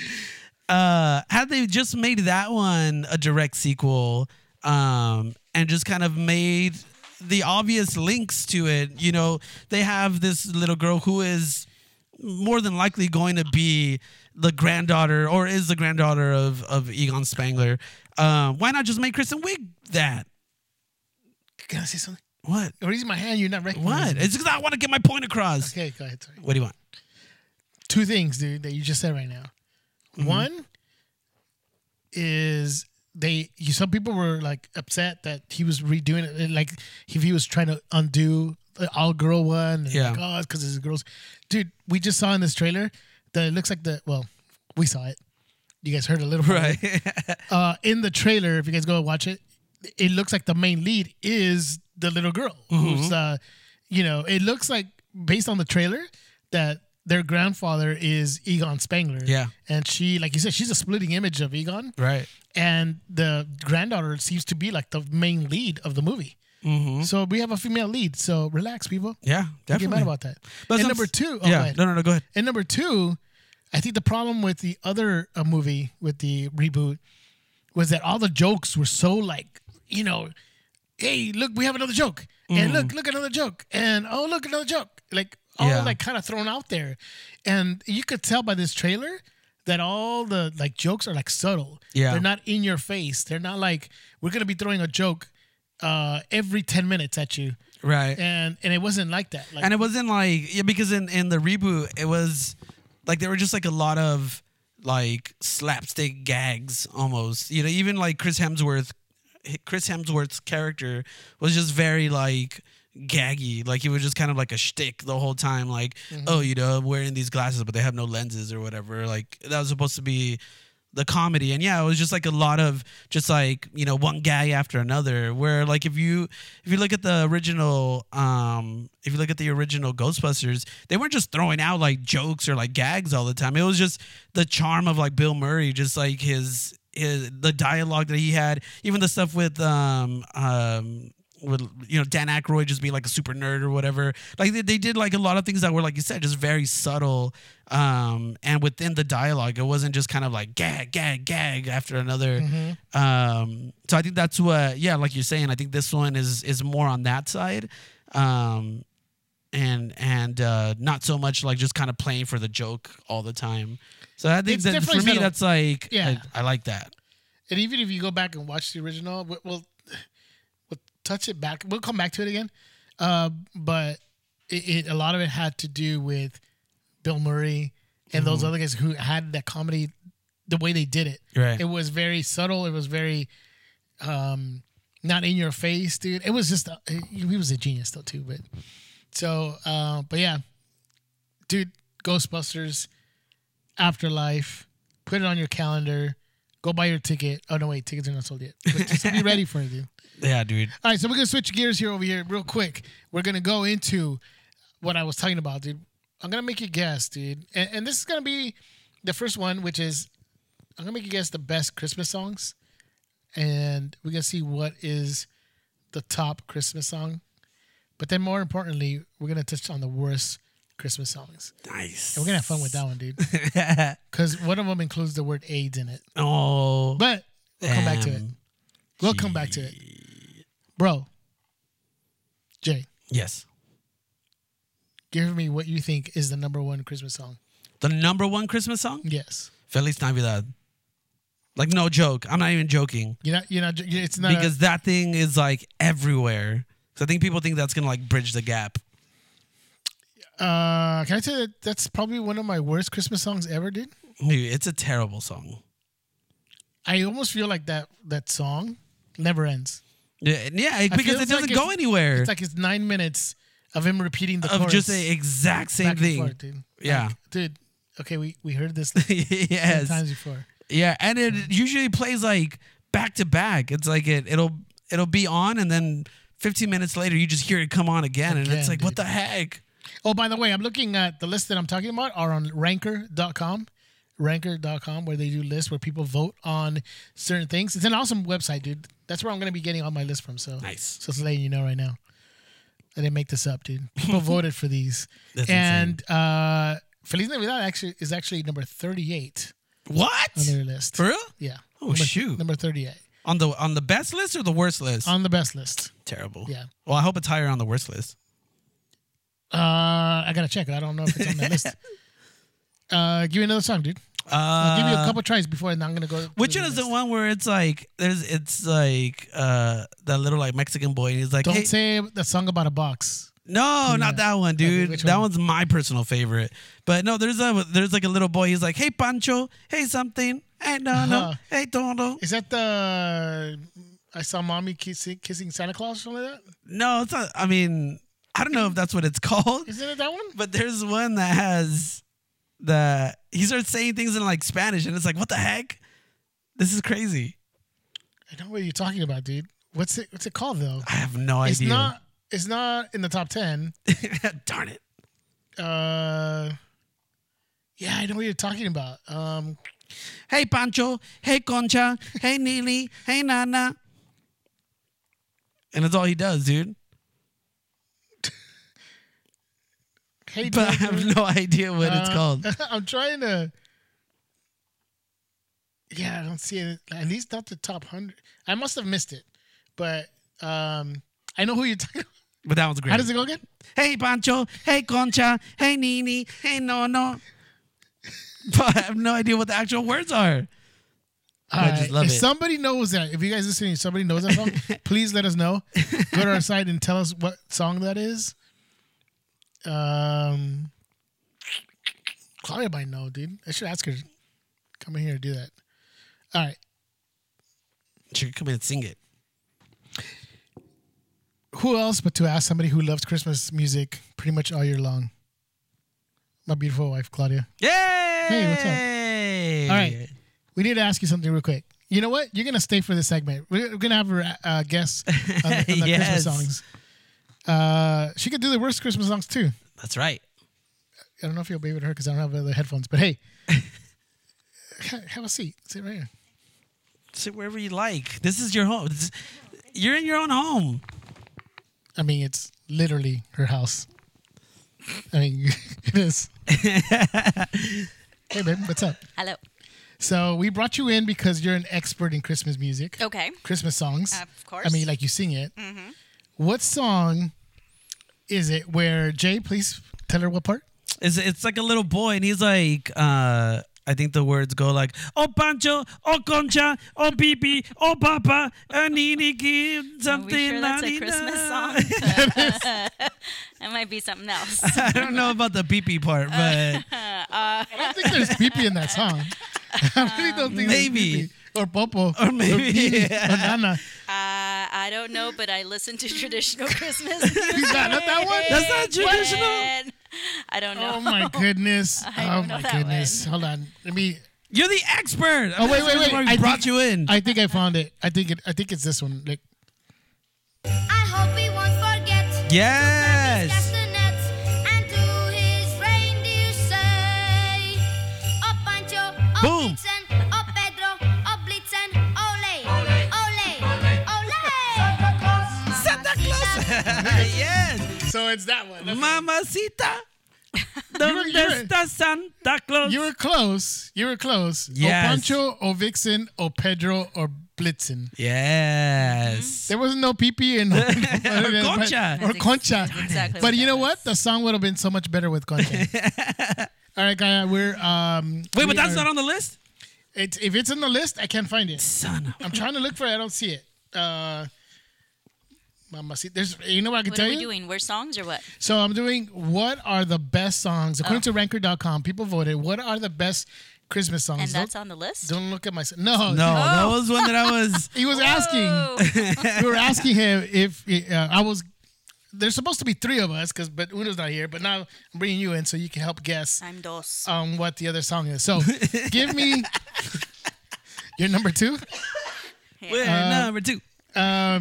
uh, had they just made that one a direct sequel um, and just kind of made the obvious links to it, you know, they have this little girl who is more than likely going to be the granddaughter or is the granddaughter of, of Egon Spangler. Uh, why not just make Kristen Wiig that? Can I say something? What? I'm raising my hand. You're not recognizing. What? me. It's because I want to get my point across. Mm-hmm. okay, go ahead. Sorry. What do you want? Two things, dude, that you just said right now. One is they. You, some people were like upset that he was redoing it. Like if he was trying to undo the all girl one. And Yeah. Like, oh, it's because it's girls. Dude, we just saw in this trailer that it looks like the. Well, we saw it. You guys heard a little bit. uh, in the trailer, if you guys go watch it, it looks like the main lead is the little girl Mm-hmm. who's, uh, you know, it looks like based on the trailer that their grandfather is Egon Spangler. Yeah. And she, like you said, she's a splitting image of Egon. right. And the granddaughter seems to be like the main lead of the movie. So we have a female lead. So relax, people. Yeah, Don't get Mm-hmm. definitely. mad about that. But and some- number two, oh, go yeah. ahead. No, no, no. Go ahead. And number two, I think the problem with the other uh, movie with the reboot was that all the jokes were so like, you know, hey, look, we have another joke, and Mm-hmm. look, look another joke, and oh, look another joke, like all Yeah. like kind of thrown out there, and you could tell by this trailer that all the like jokes are like subtle. Yeah. they're not in your face. They're not like we're gonna be throwing a joke uh every 10 minutes at you Right. and and it wasn't like that like and it wasn't like yeah, because in in the reboot it was like there were just like a lot of like slapstick gags almost you know even like chris hemsworth chris hemsworth's character was just very like gaggy like he was just kind of like a shtick the whole time like oh you know i'm wearing these glasses but they have no lenses or whatever like that was supposed to be the comedy and yeah it was just like a lot of just like you know one guy after another where like if you if you look at the original um if you look at the original ghostbusters they weren't just throwing out like jokes or like gags all the time it was just the charm of like bill murray just like his his the dialogue that he had even the stuff with um um with you know Dan Aykroyd just being like a super nerd or whatever. Like they, they did like a lot of things that were like you said, just very subtle. Um, and within the dialogue, it wasn't just kind of like gag, gag, gag after another. Mm-hmm. Um, so I think that's what yeah, like you're saying. I think this one is is more on that side. Um, and and uh, not so much like just kind of playing for the joke all the time. So I think It's that for definitely me, subtle. that's like Yeah. I, I like that. And even if you go back and watch the original, w- well, well, touch it back. We'll come back to it again, uh, but it, it a lot of it had to do with Bill Murray and those other guys who had that comedy. The way they did it, Right. it was very subtle. It was very um, not in your face, dude. It was just uh, he he was a genius though too. But so, uh, but yeah, dude, Ghostbusters, Afterlife, put it on your calendar. Go buy your ticket. Oh no, wait, tickets are not sold yet. But just be ready for it, dude. Yeah, dude. All right, so we're gonna switch gears here over here real quick. We're gonna go into what I was talking about, dude. I'm gonna make you guess, dude, and, and this is gonna be the first one, which is I'm gonna make you guess the best Christmas songs, and we're gonna see what is the top Christmas song. But then, more importantly, we're gonna touch on the worst Christmas songs. Nice. And we're gonna have fun with that one, dude, because one of them includes the word AIDS in it. Oh, But we'll come back to it. Um, We'll come back to it. Bro, Jay, yes. give me what you think is the number one Christmas song. The number one Christmas song? Yes. Feliz Navidad. Like no joke. I'm not even joking You're not, you're not, it's not, because that thing is like everywhere. So I think people think that's gonna like bridge the gap. uh, can I tell you that that's probably one of my worst Christmas songs ever, dude? Dude, it's a terrible song. I almost feel like that, that song never ends. Yeah, yeah it- I because feel it it's doesn't like go it's- anywhere It's like it's nine minutes of him repeating the of chorus. just the exact same back and thing. forth, dude. Yeah. Like, dude, okay, we, we heard this many yes. times before. Yeah, and it usually plays like back to back. It's like it it'll it'll be on and then 15 minutes later you just hear it come on again, and it's Again, like what dude. the heck? Oh, by the way, I'm looking at the list that I'm talking about are on ranker.com, ranker.com, where they do lists where people vote on certain things. It's an awesome website, dude. That's where I'm going to be getting all my lists from. So Nice. So just letting you know right now. I didn't make this up, dude. People voted for these. That's and uh, Feliz Navidad actually is actually number 38 What? on their list. For real? Yeah. Oh, number, shoot. Number 38 On the on the best list or the worst list? on the best list. Terrible. Um, Yeah. Well, I hope it's higher on the worst list. Uh, I got to check it. I don't know if it's on that list. Uh, give me another song, dude. Uh, I'll give you a couple tries before, and I'm gonna go. Which through one is the list. one where it's like there's it's like uh that little like Mexican boy and he's like Don't "Hey-" say the song about a box. no not that one dude which that one? one's my personal favorite but no there's a there's like a little boy he's like hey Pancho hey something hey no no Uh-huh. hey Tono Is that the I saw mommy kissing, kissing Santa Claus or something like that? no it's not I mean I don't know if that's what it's called Isn't it that one? but there's one that has the he starts saying things in like Spanish and it's like what the heck this is crazy I know what you're talking about, dude. What's it? What's it called though? I have no It's idea not. It's not in the top ten. darn it Uh, yeah, I know what you're talking about. Um, Hey Pancho, hey Concha, hey Neely, hey Nana. And that's all he does, dude. hey, But I Jack, have no idea what it's uh, called. I'm trying to. Yeah, I don't see it. At least not the top hundred. I must have missed it, but um, I know who you're talking. about. But that one's great. How does it go again? Hey Pancho, hey Concha, hey Nini, hey Nono. But I have no idea what the actual words are. I just Alright, love if it. somebody knows that, if you guys listening, if somebody knows that song, please let us know. Go to our site and tell us what song that is. Um, Claudia might know, dude. I should ask her. Come in here and do that. All right. Sure, come in and sing it. Who else but to ask somebody who loves Christmas music pretty much all year long? My beautiful wife, Claudia. Yay! what's up? All right. We need to ask you something real quick. You know what? You're going to stay for this segment. We're, we're going to have her uh, guess on the, on the Yes. Christmas songs. Uh, she could do the worst Christmas songs too. That's right. I don't know if you'll be able to hear because I don't have other headphones, but hey, ha- have a seat. Sit right here. Sit wherever you like. This is your home. This- you're in your own home. I mean, it's literally her house. I mean, it is. hey, babe, what's up? Hello. So we brought you in because you're an expert in Christmas music. Okay. Christmas songs. Of course. I mean, like you sing it. What song is it where Jay, please tell her what part? It's, it's like a little boy, and he's like, uh, I think the words go like "Oh Pancho, Oh Concha, Oh Bibi, Oh Papa, I need to give Are we something." sure that's a Christmas song? that might be something else. I don't know about the Bibi part, Uh, but I think there's peepee in that song. I really don't think there's Maybe. pee-pee. or popo Or maybe, pee-pee, yeah. or nana. Uh, I don't know, but I listen to traditional Christmas. music. Is that not that one? That's not traditional? And- I don't know. Oh my goodness! don't oh know my that goodness! Hold on, let me. you're the expert. Oh, wait, That's wait, really wait. why we I brought think- you in. I think I found it. I think it. I think it's this one. Like, I hope he won't forget. yes. Castanets and to his reindeer say, "Oh, Pancho, oh, Boom. Blitzen, oh, Pedro, oh, Blitzen, ole, ole, ole, Santa Claus, Santa Claus. yes. so it's that one. Mamacita. Donde you were- está Santa Claus? You were close. You were close. Yes. O Pancho, O Vixen, O Pedro, or Blitzen. yes. There wasn't no PP in Or Concha. Or Concha. exactly But what you know that what? The song would have been so much better with Concha. All right, Kaya, we're um. Mm-hmm. Wait, but that's not on the list. It's, if it's in the list, I can't find it. Son of. I'm trying to look for it. I don't see it. Uh, Mama, see, there's. You know what I can What tell are we you? doing? We're songs or what? So I'm doing what are the best songs according Oh. to Ranker.com. People voted. What are the best Christmas songs? And that's don't, on the list. don't look at my no No, Oh, that Oh. was one that I was. He was asking. we were asking him if uh, I was. There's supposed to be three of us, cause but Uno's not here. But now I'm bringing you in so you can help guess I'm dos. um, what the other song is. So give me your number two. We're number two. I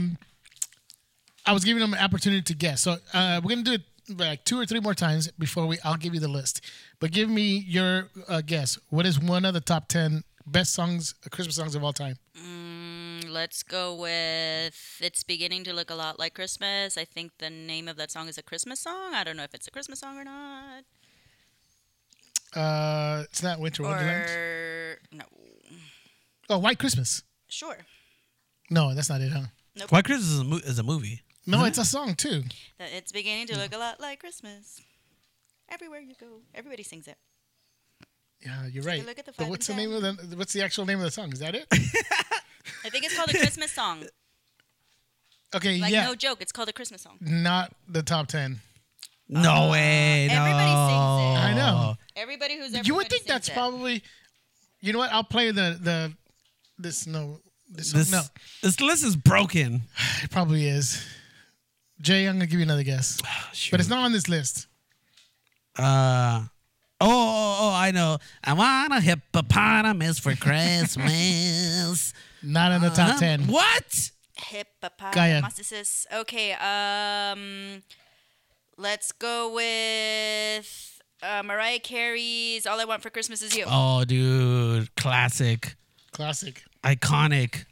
was giving them an opportunity to guess. So uh, we're gonna do it like two or three more times before we. I'll give you the list, but give me your uh, guess. What is one of the top ten best songs, Christmas songs of all time? Mm, Let's go with It's Beginning to Look a Lot Like Christmas. I think the name of that song is a Christmas song. I don't know if it's a Christmas song or not. Uh, it's not Winter Wonderland. Or no. Oh, White Christmas. Sure. No, that's not it, huh? White Christmas is a, mo- is a movie. No, it's a song too. That It's beginning to look a lot like Christmas. Everywhere you go, everybody sings it. Yeah, you're right. look at the But five what's the and name of the? What's the actual name of the song? Is that it? I think it's called a Christmas song. Okay, Like yeah, no joke, it's called a Christmas song. not the top ten. No way. No. Uh, Everybody sings it. I know. Everybody who's ever you would think that's probably. You know what? I'll play the the this no this, This, no this list is broken. It probably is. Jay, I'm gonna give you another guess, but it's not on this list. Uh, oh, oh, oh, I know. I want a hippopotamus for Christmas. Not in the top Um, ten. What? hippopotamus. Okay, um let's go with uh, Mariah Carey's All I Want for Christmas Is You. Oh, dude. Classic. Classic. Iconic.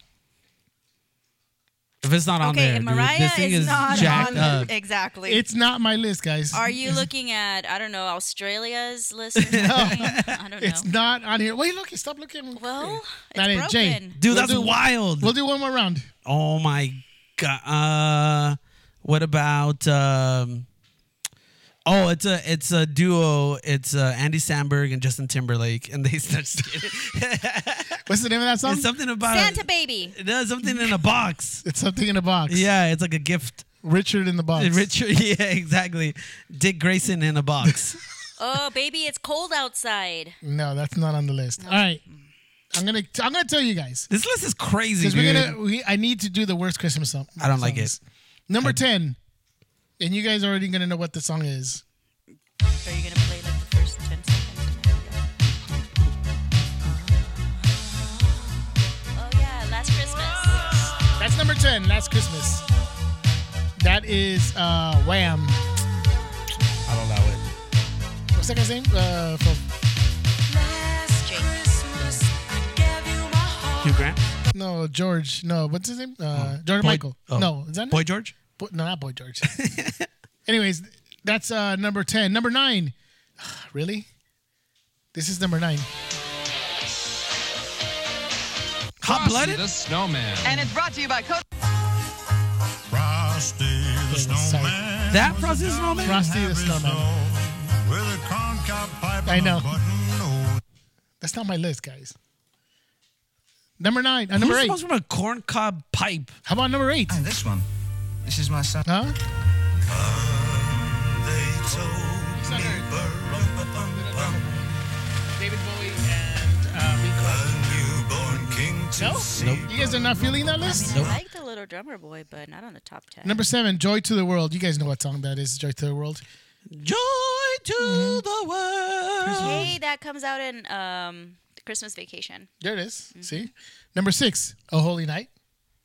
If it's not on okay, there, and dude, Mariah this thing is, is, not jacked on up. exactly. It's not my list, guys. Are you looking at I don't know Australia's list? Or something? I don't know. It's not on here. Wait, look, stop looking. well, it's Not it, broken. Jay. Dude, We'll that's do- wild. We'll do one more round. Oh my god. Uh what about um Oh, it's a it's a duo. It's uh, Andy Samberg and Justin Timberlake, and they start. What's the name of that song? it's It's, something about Santa baby. No, something in a box. something in a box. Yeah, it's like a gift. Richard in the box. Richard. Yeah, exactly. Dick Grayson in a box. Oh, baby, it's cold outside. No, that's not on the list. All right, I'm gonna I'm gonna tell you guys this list is crazy, because dude. we're gonna. We, I need to do the worst Christmas song. I don't like songs. Number ten, and you guys are already gonna know what the song is. Are you gonna play like the first ten seconds? Oh yeah, last Christmas. That's number 10, Last Christmas. That is uh, Wham. I don't know it. What's that guy's name? Uh, from, Hugh Grant, no, George. No, what's his name? Uh, George Boy- Michael. oh. No, is that Boy George. Boy- no, not Boy George. Anyways, that's uh, number 10. Number 9. really? This is number 9. Hot blooded. And it's brought to you by Coach. Frosty the Sorry. That Frosty the Snowman. Frosty the Snowman. With a corn cob pipe I and a know. button nose. That's not my list, guys. Number nine. Uh, number Who's eight. Who's from a corncob pipe? How about number eight? And this one. This is my son. Huh? David Bowie and uh, No? Nope. You guys are not feeling that list? I like the little drummer boy, but not on the top ten. Number seven, Joy to the World. You guys know what song that is, Joy to the World. Joy to the world. Hey, that comes out in um Christmas Vacation. There it is. Mm-hmm. See? Number six, A Holy Night.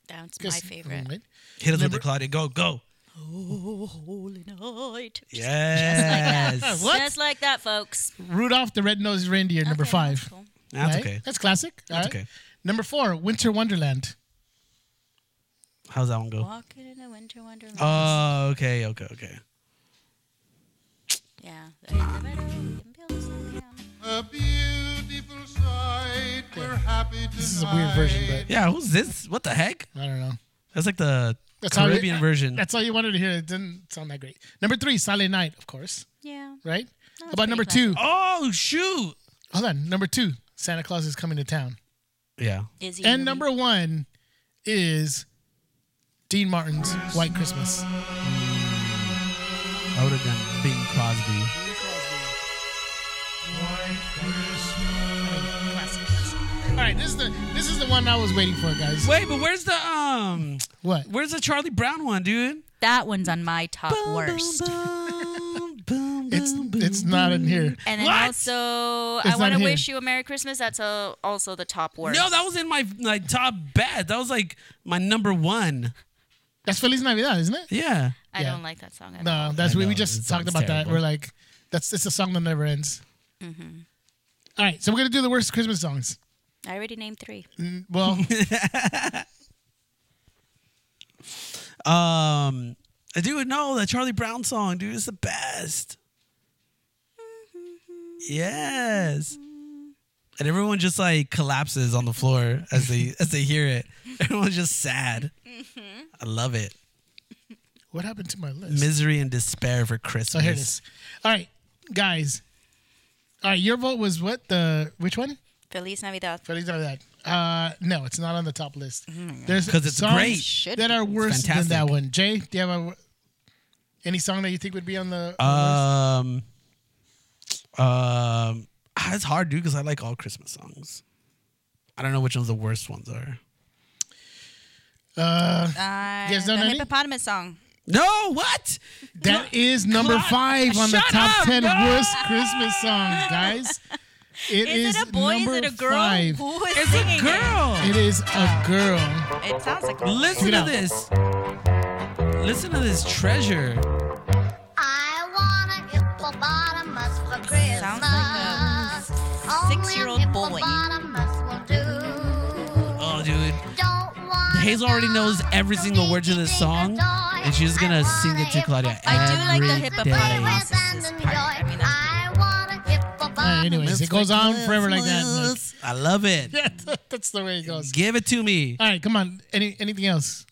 That's my Guess- favorite. Holy Night. Hit us with the Claudia. Go, go. Oh, holy night. Just- Yes. Ah, what? Just like that, folks. Rudolph the Red-Nosed Reindeer, number Okay, five. cool. That's Right? okay. That's classic. All That's right. okay. Number four, Winter Wonderland. How's that Oh. one go? Walking in a winter wonderland. Uh, Oh, okay, okay, okay. yeah. That ain't the better way we can build this land. This is a weird version, but Yeah, who's this? What the heck? I don't know. That's like the That's how it- Caribbean version. That's all you wanted to hear. It didn't sound that great. Number three, Silent Night, of course. Yeah. Right? How That's about number pretty two? Oh shoot! Hold on. Number two, Santa Claus is coming to town. Yeah. Is he And really- number one is Dean Martin's White Christmas. I would have done Bing Crosby. All right, this is the this is the one I was waiting for, guys. Wait, but where's the um? What? Where's the Charlie Brown one, dude? That one's on my top Uh, worst. It's it's not in here. And then What? also, I not want to here. wish you a Merry Christmas. That's uh also the top worst. No, that was in my like top bad. That was like my number one. That's Feliz Navidad, isn't it? Yeah. I yeah. don't like that song. At all. No, that's I we, we know, just it talked sounds about that. terrible. We're like, that's it's a song that never ends. All right, so we're gonna do the worst Christmas songs. I already named three. Well, Um, dude, no, that Charlie Brown song, dude, is the best. Yes. And everyone just like collapses on the floor as they as they hear it. Everyone's just sad. I love it. what happened to my list? Misery and despair for Christmas. so here it is. All right, guys. All right, your vote was what the which one? Feliz Navidad. Feliz Navidad. Uh, no, it's not on the top list. There's 'Cause it's songs great. It should that be. are worse than fantastic. that one. Jay, do you have a, any song that you think would be on Uh, the? Um, um, ah, it's hard, dude, because I like all Christmas songs. I don't know which ones the worst ones are. Uh, guys the don't know any? hippopotamus song. No, what? that is number Cla- five on the Shut top up, ten no! worst Christmas songs, guys. Is it a boy? Is number it a girl? Five. Who is It's singing a it? girl. It is a girl. It sounds like a Listen Check it to out. this. Listen to this treasure. I want a hippopotamus for Sounds um, like Christmas. Only a six-year-old boy. hippopotamus will do. Oh, dude. Don't want Hazel already knows every single word to this song, and she's gonna sing it to Claudia I do like every the day. hippopotamus. I mean, that's- All right, anyways, it goes on forever like that. Like, I love it. yeah, that's the way it goes. Give it to me. All right, come on. Any anything else?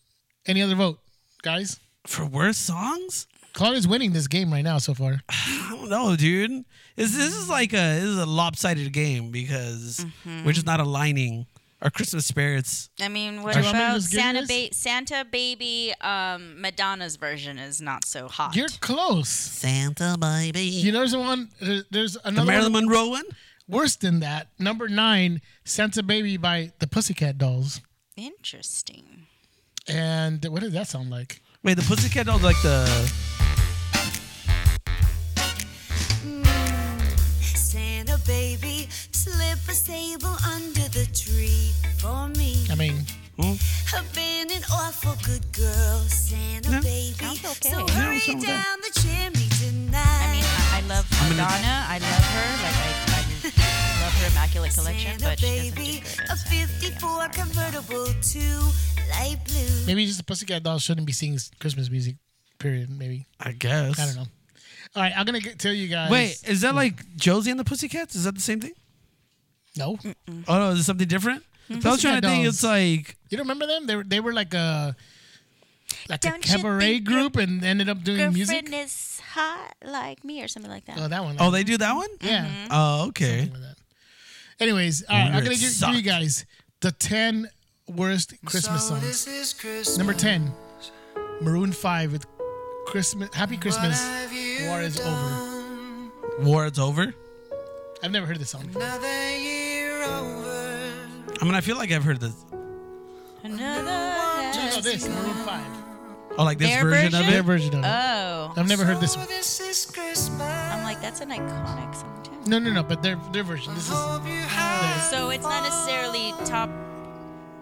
Any other vote, guys? For worst songs? Claudia's winning this game right now so far. I don't know, dude. This, this is like a this is a lopsided game because Mm-hmm. we're just not aligning our Christmas spirits. I mean, what Do you want me to about just give you Santa, this? ba- Santa Baby? Um, Madonna's version is not so hot. You're close. Santa baby. You know, there's one. there- There's the another Marilyn one Monroe one? worse than that. Number nine, "Santa Baby" by the Pussycat Dolls. Interesting. And what did that sound like? Wait, the Pussycat Dolls like the Santa baby, slip a sable under the tree for me. I mean, I've been an awful good girl, Santa No, baby. sounds okay. So Yeah, hurry sounds okay. down the chimney tonight. I mean, I I love Madonna. I love her. Like I, I love her immaculate collection, Santa but she doesn't do baby, good. a as Santa Baby. I'm 54 sorry. convertible to light blue. maybe just the Pussycat Dolls shouldn't be singing Christmas music. Period. Maybe I guess. I don't know. All right, I'm gonna get, tell you guys. Wait, is that like Josie and the Pussycats? Is that the same thing? no, you Oh no, is it something different? So I was trying to think. Mm-hmm. Pussycat It's like don't remember them? They were, they were like a like Don't a you cabaret think your group and ended up doing music. Girlfriend is hot like me, or something like that. Oh, that one. Mm-hmm. oh, they do that one. Yeah. Oh, okay. Something like that. Anyways, all right, I'm Weird gonna give, give sock. you guys the ten worst Christmas So songs. this is Christmas. Number ten, Maroon Five with Christmas Happy Christmas. War is over. War it's over. I've never heard this song. Before. I mean, I feel like I've heard this. No, no, this Maroon Five. Oh, like this Their version, of version? it. Their version of it. Oh. I've never heard this one. This is Christmas. I'm like, that's an iconic song too. No, no, no, but their their version. This is So it's not necessarily top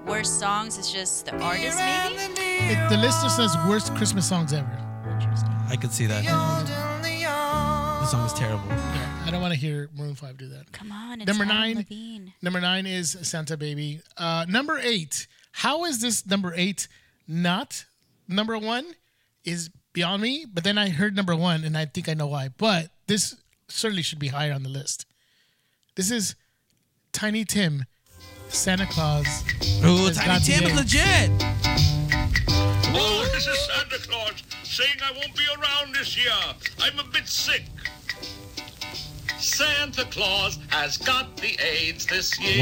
worst songs. It's just the artist, maybe. it, the list just says worst Christmas songs ever. I could see that. This song is terrible. I don't want to hear Maroon Five do that. Come on, it's Number Adam nine. Levine. Number nine is Santa Baby. Uh, number eight. How is this number eight not number one? Is beyond me. But then I heard number one, and I think I know why. But this certainly should be higher on the list. This is Tiny Tim, Santa Claus. Ooh, has Tiny got Tim me. is legit. Oh, this is Santa Claus saying I won't be around this year. I'm a bit sick. Santa Claus has got the AIDS this year.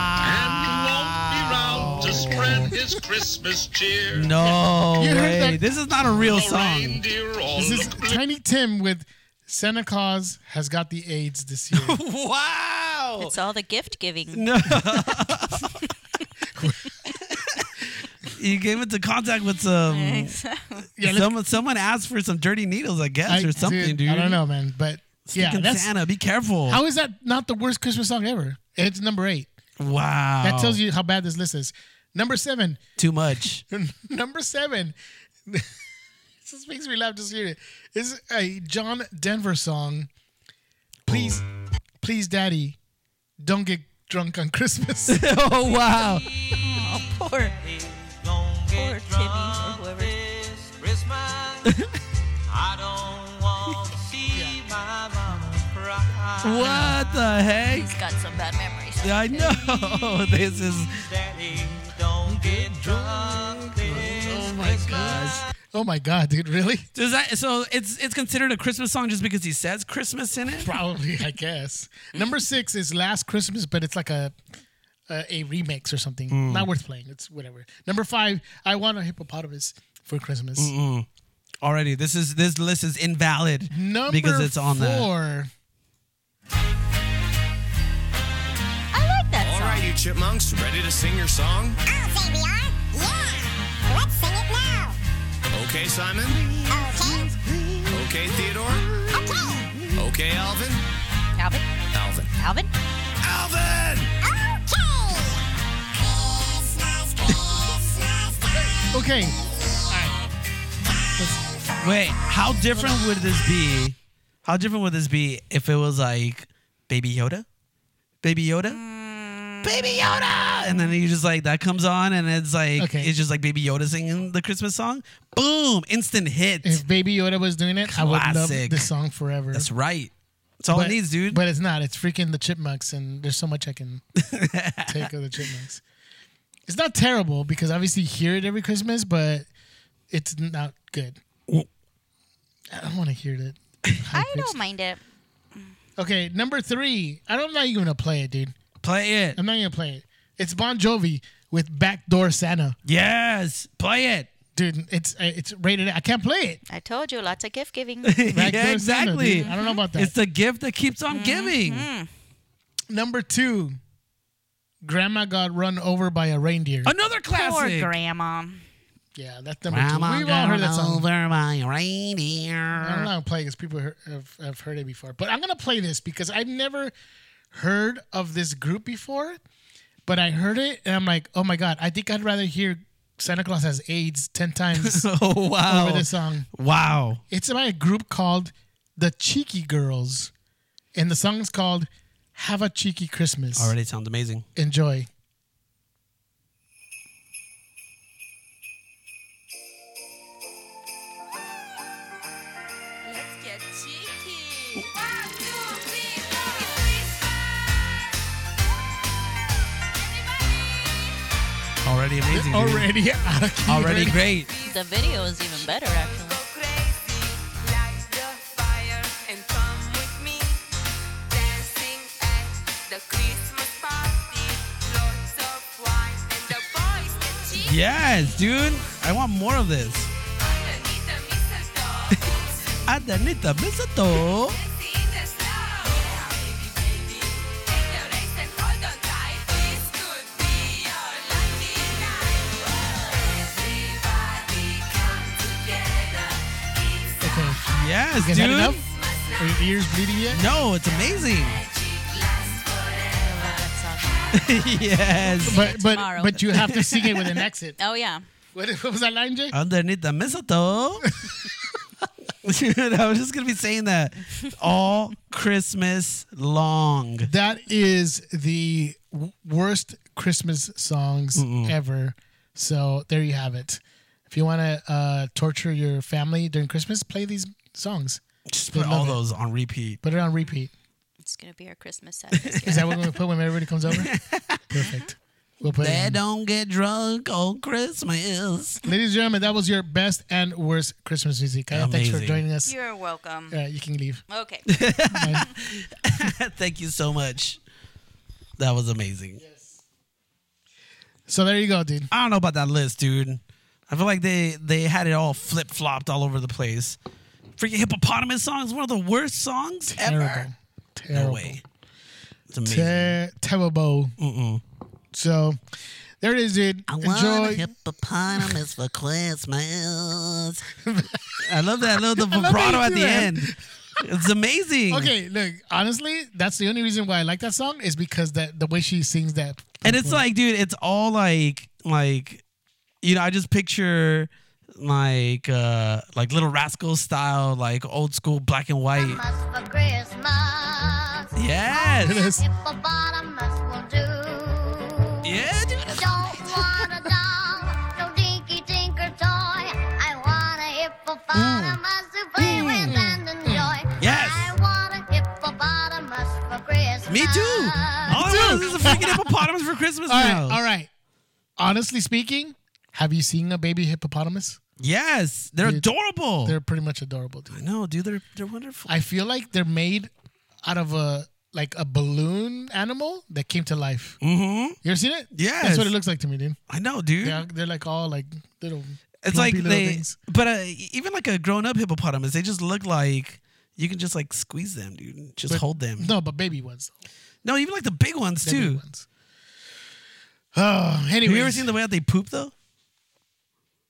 Wow. And he won't be round to spread his Christmas cheer. No You heard way. that- This is not a real The song. reindeer all This is look Tiny Tim with Santa Claus has got the AIDS this year. wow. It's all the gift giving. No. you came into contact with some. someone, someone asked for some dirty needles, I guess, I- or something, dude. I don't know, man, but yeah, Sneaking that's- Santa, be careful. How is that not the worst Christmas song ever? It's number eight. wow. That tells you how bad this list is. Number seven. too much. number seven. this makes me laugh just hearing it. Is a John Denver song. Please, please, Daddy, don't get drunk on Christmas. oh wow. Oh, poor, poor Timmy or whoever. What the heck? He's got some bad memories. I know. This is. oh my gosh. Oh my god, dude! Really? Does that so it's it's considered a Christmas song just because he says Christmas in it? Probably, I guess. Number six is Last Christmas, but it's like a a, a remix or something. Mm. Not worth playing. It's whatever. Number five, I want a hippopotamus for Christmas. Mm-mm. Already, this is this list is invalid Number because it's on that. four. I like that All song. right, you chipmunks, ready to sing your song? Oh, say we are? Yeah. Let's sing it now. Okay, Simon? Okay. Okay, Theodore? Okay. Okay, Alvin? Alvin, Alvin. Alvin. Alvin! Okay. Wait, how different would this be? How different would this be if it was like Baby Yoda, Baby Yoda, Baby Yoda, and then you just like that comes on and it's like Okay. it's just like Baby Yoda singing the Christmas song. Boom, instant hit. If Baby Yoda was doing it, I would love Classic. this song forever. That's right. That's all but, it needs, dude. But it's not. It's freaking the Chipmunks, and there's so much I can take of the Chipmunks. It's not terrible because obviously you hear it every Christmas, but it's not good. I don't want to hear that. I high-pitched- don't mind it. Okay, number three. I don't, I'm not even gonna play it, dude. Play it. I'm not even gonna play it. It's Bon Jovi with Backdoor Santa, Yes, play it. dude. It's uh, it's rated. I can't play I told you, lots of gift giving. it. yeah, Backdoor Santa, exactly. dude. I don't know about that. It's the gift that keeps on giving. number two. Grandma got run over by a reindeer. Another Poor classic. grandma. Yeah, that's number two. We've all heard that song. I'm not gonna play because people hear- have, have heard it before. But I'm gonna play this because I've never heard of this group before. But I heard it and I'm like, oh my god! I think I'd rather hear Santa Claus has AIDS ten times oh wow! over this song. Wow. It's by a group called the Cheeky Girls, and the song is called "Have a Cheeky Christmas." Already sounds amazing. Enjoy. Already amazing. dude. Already out of key. Already great. The video is even better, actually. Light the fire and come with me. Dancing at Yes, dude. I want more of this. Adanita Misato. Yes, dude. Is that enough? Are your ears bleeding yet? No, it's amazing. yes. But but Tomorrow. but you have to sing it with an accent. Oh yeah. What, what was that line, Jay? Underneath the mistletoe. Dude, I was just gonna be saying that all Christmas long. That is the w- worst Christmas songs ever. So there you have it. If you want to uh, torture your family during Christmas, play these songs. Just They put all love it. those on repeat. Put it on repeat. It's gonna be our Christmas set. this year. Is that what we're gonna put when everybody comes over? Perfect. We'll put it They in. don't get drunk on Christmas. Ladies and gentlemen, that was your best and worst Christmas music. Kaya, thanks for Amazing. joining us. You're welcome. Uh, you can leave. Okay. Thank you so much. That was amazing. So there you go, dude. I don't know about that list, dude. I feel like they they had it all flip flopped all over the place. Freaking hippopotamus songs, one of the worst songs ever. Terrible. No way. It's amazing. Ter- terrible. Mm-mm. So there it is, dude. I want a Enjoy. hippopotamus for Christmas. I love that little the I love how vibrato you at do the that. end. It's amazing. Okay, look. Honestly, that's the only reason why I like that song is because that the way she sings that. And it's like, dude, it's all like like you know, I just picture like uh like little rascal style, like old school black and white. For Christmas. Yes. Hippopotamus will do. Yeah, dude. Don't want a doll, no dinky tinker toy. I want a Mm. hippopotamus to play with and enjoy. Yes. I want a hippopotamus for Christmas. Me too. Oh, All I want is a freaking hippopotamus for Christmas All now. right, all right. Honestly speaking, have you seen a baby hippopotamus? Yes, they're Dude, adorable. They're pretty much adorable, dude. I know, dude. They're they're wonderful. I feel like they're made out of a like a balloon animal that came to life. Mm-hmm. You ever seen it? Yes. that's what it looks like to me, dude. I know, dude. They're, they're like all like little. it's plumpy like little they, things. but uh, even like a grown up hippopotamus, they just look like you can just like squeeze them, dude. Just But- hold them. No, but baby ones. No, even like the big ones The too. big ones. Oh, anyways. Have you ever seen the way that they poop though?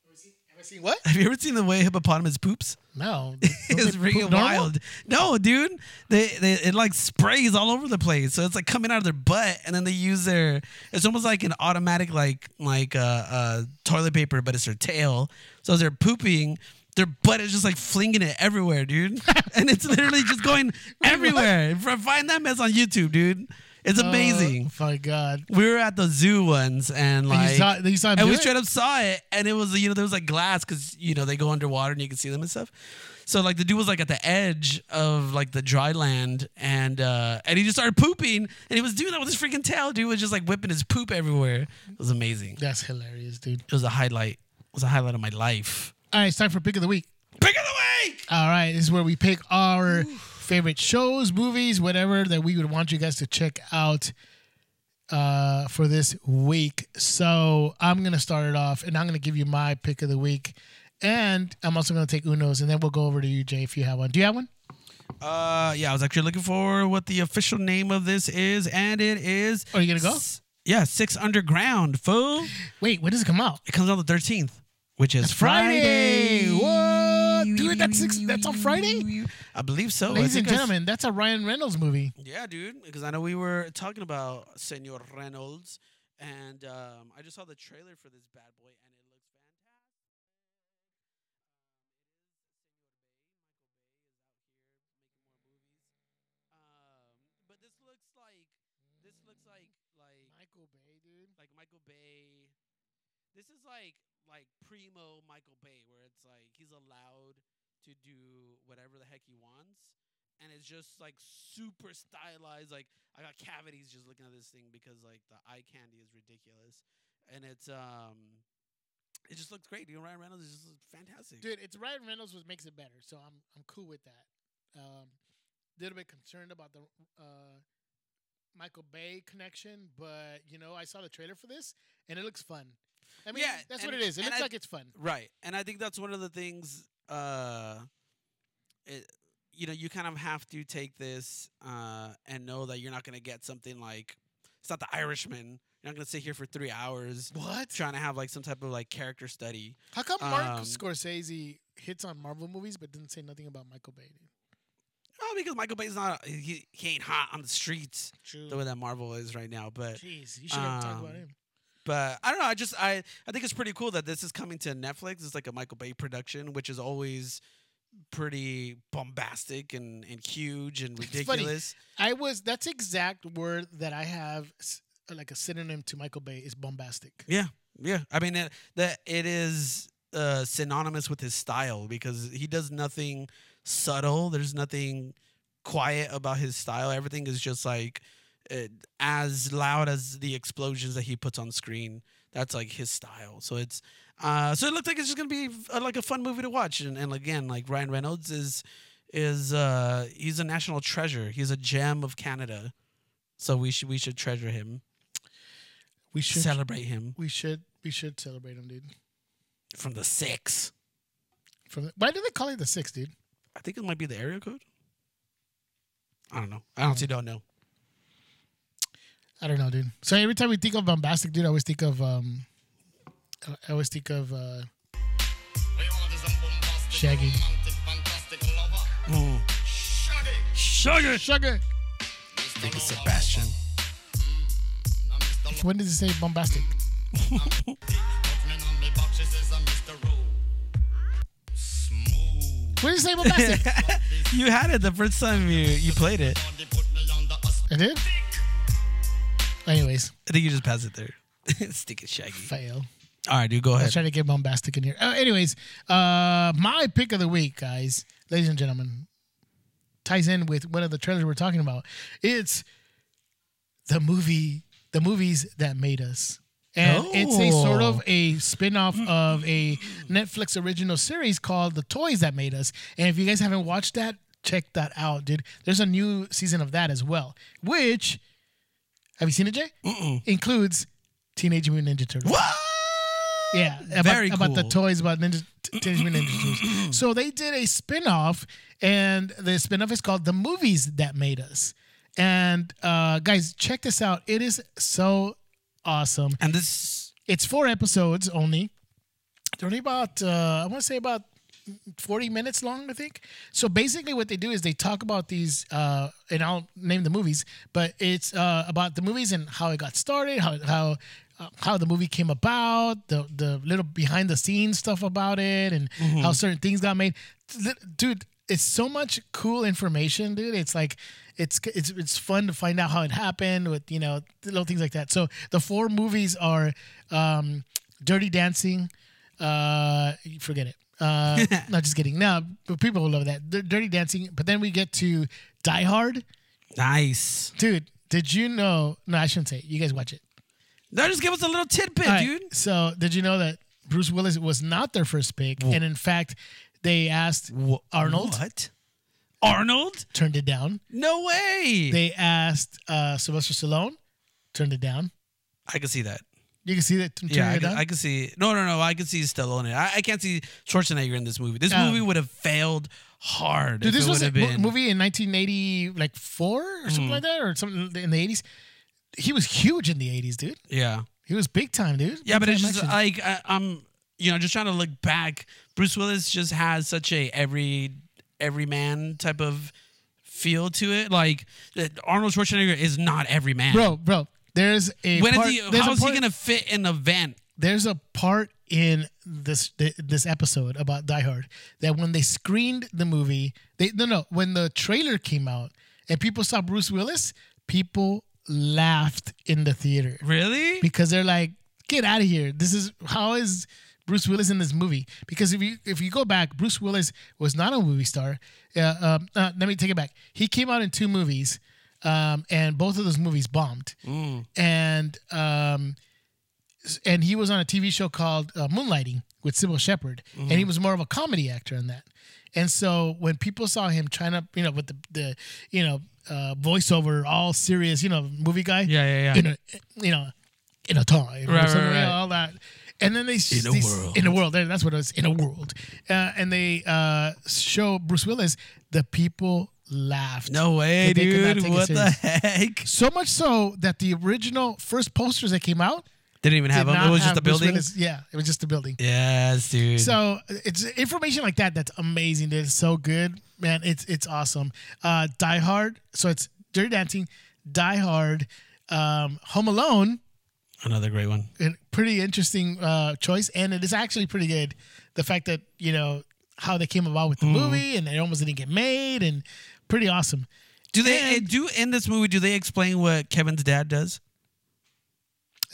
Have I seen what? Have you ever seen the way hippopotamus poops? No. it's freaking wild. No, dude, they, they it like sprays all over the place. So it's like coming out of their butt, and then they use their. It's almost like an automatic like like uh, uh toilet paper, but it's their tail. So as they're pooping, their butt is just like flinging it everywhere, dude, and it's literally just going everywhere. If I Find that mess on YouTube, dude. It's amazing. Oh my god. we were at the zoo once, and And like you saw, you saw him and do we it? straight up saw it, and it was you know there was like glass because you know they go underwater and you can see them and stuff. So like the dude was like at the edge of like the dry land, and uh and he just started pooping, and he was doing that with his freaking tail. Dude was just like whipping his poop everywhere. It was amazing. That's hilarious, dude. It was a highlight. It was a highlight of my life. All right, it's time for pick of the week. Pick of the week. All right, this is where we pick our favorite shows, movies, whatever that we would want you guys to check out uh, for this week. So I'm gonna start it off, and I'm gonna give you my pick of the week, and I'm also gonna take Uno's, and then we'll go over to you, Jay, if you have one. Do you have one? Uh yeah, I was actually looking for what the official name of this is, and it is. Are Oh, you gonna go? S- yeah, six underground fool. Wait, when does it come out? It comes out the thirteenth, which is Friday. Friday. What, dude? That's six, that's on Friday, I believe so. Oh, I ladies and think I s- gentlemen. That's a Ryan Reynolds movie. Yeah, dude, because I know we were talking about Senor Reynolds, and um, I just saw the trailer for this bad boy, and it looks fantastic. Um, but this looks like this looks like like Michael Bay, dude. like Michael Bay. This is like like primo Michael Bay, where it's like he's allowed to do whatever the heck he wants, and it's just like super stylized. Like I got cavities just looking at this thing because like the eye candy is ridiculous, and it's um, it just looks great. Dude, Ryan Reynolds is just fantastic. Dude, it's Ryan Reynolds which makes it better, so I'm I'm cool with that. Um, little bit concerned about the uh, Michael Bay connection, but you know I saw the trailer for this and it looks fun. I mean, Yeah, that's and- what it is. It and looks I- like it's fun. Right. And I think that's one of the things uh it, you know, you kind of have to take this uh and know that you're not gonna get something like it's not the Irishman. You're not gonna sit here for three hours What? trying to have like some type of like character study. How come Mark Um, Scorsese hits on Marvel movies but didn't say nothing about Michael Bay? dude? Oh, because Michael Bay's not he, he ain't hot on the streets True. the way that Marvel is right now. But Jeez, you should have talked about um, him. But I don't know. I just I I think it's pretty cool that this is coming to Netflix. It's like a Michael Bay production, which is always pretty bombastic and and huge and It's funny. ridiculous. I was. That's exact word that I have, s- like a synonym to Michael Bay is bombastic. Yeah, yeah. I mean, it, that it is uh, synonymous with his style because he does nothing subtle. There's nothing quiet about his style. Everything is just like uh, as loud as the explosions that he puts on screen. That's like his style. So it's uh, so it looked like it's just gonna be uh, like a fun movie to watch. And, and again, like Ryan Reynolds is is uh he's a national treasure. He's a gem of Canada. So we should we should treasure him. We should celebrate him. We should. We should celebrate him, dude. from the six. From the, why do they call it the six, dude? I think it might be the area code. I don't know. I honestly don't know. I don't know, dude. So every time we think of bombastic, dude, I always think of um, I always think of uh, Shaggy. Ooh. Sugar, sugar. Think it's Sebastian. When does it say bombastic? What did you say bombastic? you had it the first time you you played it. I did. Anyways, I think you just passed it there. Stick it shaggy. fail. All right, dude, go I was ahead. trying to get bombastic in here. Uh, anyways, uh, my pick of the week, guys, ladies and gentlemen, ties in with one of the trailers we're talking about. It's the movie, the movies that made us. And it's a sort of a spin-off of a Netflix original series called The Toys That Made Us. And if you guys haven't watched that, check that out, dude. There's a new season of that as well, which have you seen it, Jay? Includes Teenage Mutant Ninja Turtles. What? Yeah, about, Very about the cool. toys about Ninja, t- Teenage Mutant Ninja Turtles. So they did a spin-off, and the spin-off is called "The Movies That Made Us." And uh, guys, check this out. It is so awesome. And this, it's four episodes only. They're only about uh, I want to say about forty minutes long, I think. So basically, what they do is they talk about these, uh, and I'll name the movies, but it's uh, about the movies and how it got started, how how. Uh, how the movie came about, the the little behind the scenes stuff about it, and Mhm. how certain things got made. Li- Dude, it's so much cool information, dude. It's like it's it's it's fun to find out how it happened with you know little things like that. So the four movies are um, Dirty Dancing. Uh, forget it. Uh, not just kidding. No, but people will love that. D- Dirty Dancing. But then we get to Die Hard. Nice, dude. Did you know? No, I shouldn't say. it. You guys watch it. Now just give us a little tidbit, All right, dude. So, did you know that Bruce Willis was not their first pick? And in fact, they asked Arnold. What? Arnold turned it down. No way. They asked uh, Sylvester Stallone, turned it down. I can see that. You can see that. t- Turning Yeah, I it can, down. I can see. No, no, no. I can see Stallone. I, I can't see Schwarzenegger in this movie. This Oh. movie would have failed hard. Dude, if this it was a would have mo- been. movie in 1980, like four or something Mhm. like that, or something in the 80s. He was huge in the 80s, dude. Yeah. He was big time, dude. Yeah, but Big it's time just uh, action. like I, I'm, you know, just trying to look back. Bruce Willis just has such a every every man type of feel to it. Like that Arnold Schwarzenegger is not every man, bro, bro. There's a When is part, he- there's how a is he part- gonna fit in a van? There's a part in this th- this episode about Die Hard that when they screened the movie, they no no when the trailer came out and people saw Bruce Willis, people laughed in the theater. Really? Because they're like, get out of here. This is how is Bruce Willis in this movie? Because if you if you go back, Bruce Willis was not a movie star. Uh, um, uh, let me take it back. He came out in two movies, um, and both of those movies bombed. And um, s- and he was on a TV show called uh, Moonlighting with Sybil Shepherd, and he Mm. Mhm. was more of a comedy actor in that. And so when people saw him trying to, you know, with the, the you know, uh, voiceover, all serious, you know, movie guy, yeah, yeah, yeah. you know, you know, in a time, Right, or something, right, you know, right. all that, Uh, and then they In a they- world. in a world there- that's what it was in a world uh, and they uh, show Bruce Willis the people laughed No way, That they could not dude. take it What the serious. so much so that the original first posters that came out Didn't even have did him. It not was just have a Bruce building. Willis. yeah it was just a building Yes, dude. so it's information like that that's amazing. That's so good, man. It's it's awesome. Uh, Die Hard. So it's Dirty Dancing, Die Hard, um, Home Alone. another great one. A pretty interesting uh, choice, and it is actually pretty good. The fact that you know how they came about with the Mhm. movie, and it almost didn't get made, and pretty awesome. Do they eh, do in this movie? Do they explain what Kevin's dad does?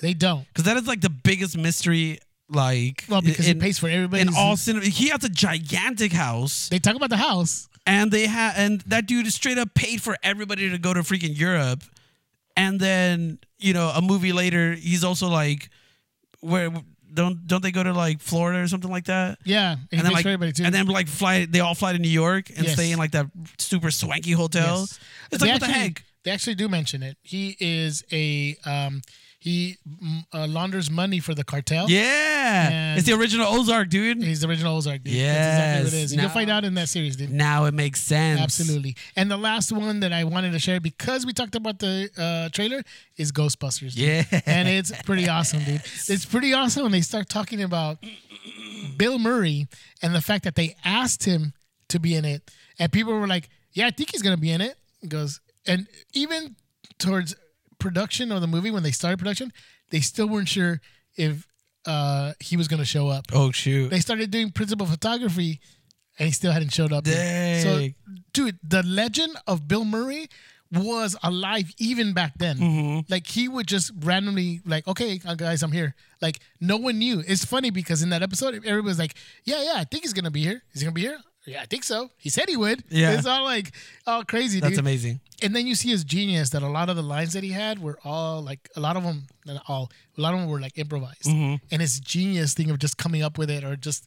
They don't. Because that is like the biggest mystery. Like, Well, because he in- pays for everybody. in all cinema. He has a gigantic house. They talk about the house, and they had and that dude straight up paid for everybody to go to freaking Europe, and then you know a movie later he's also like, where don't don't they go to like Florida or something like that? Yeah, and he then pays like for everybody, too. and then like fly they all fly to New York and Yes. stay in like that super swanky hotel. Yes. It's They like what the actually- heck? They actually do mention it. He is a um, he mm, uh, launders money for the cartel. Yeah, And it's the original Ozark, dude. He's the original Ozark, dude. That's exactly what it Yes. is. And You'll Now- find out in that series, dude. Now it makes sense. Absolutely. And the last one that I wanted to share because we talked about the uh, trailer is Ghostbusters. dude. Yeah. And it's pretty awesome, dude. It's pretty awesome when they start talking about Bill Murray and the fact that they asked him to be in it. And people were like, yeah, I think he's going to be in it. He goes, and even towards production of the movie, when they started production, they still weren't sure if uh, he was going to show up. Oh shoot! They started doing principal photography, and he still hadn't showed up. yet. Dang. So, dude, the legend of Bill Murray was alive even back then. Mm-hmm. Like he would just randomly, like, okay, uh, guys, I'm here. Like no one knew. It's funny because in that episode, everybody was like, yeah, yeah, I think he's gonna be here. Is he gonna be here? Yeah, I think so. He said he would. Yeah. it's all like all crazy. That's dude. amazing. And then you see his genius that a lot of the lines that he had were all like a lot of them, not all a lot of them were like improvised. Mhm. And his genius thing of just coming up with it or just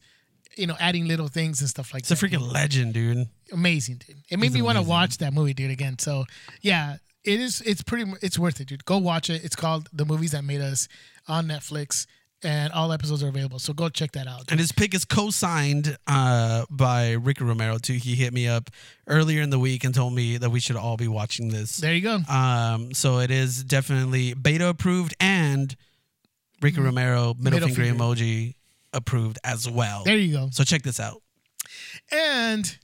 you know adding little things and stuff like It's a that. dude. freaking legend, dude. Amazing, dude. It made He's me want to amazing. watch that movie, dude, again. So yeah, it is. It's pretty. mu- It's worth it, dude. Go watch it. It's called The Movies That Made Us on Netflix, and all episodes are available. So go check that out. And his pick is co-signed uh, by Ricky Romero too. He hit me up earlier in the week and told me that we should all be watching this. There you go. Um, so it is definitely beta approved and Ricky Romero middle, Mm-hmm. Middle finger, finger. emoji approved as well. There you go. So check this out. And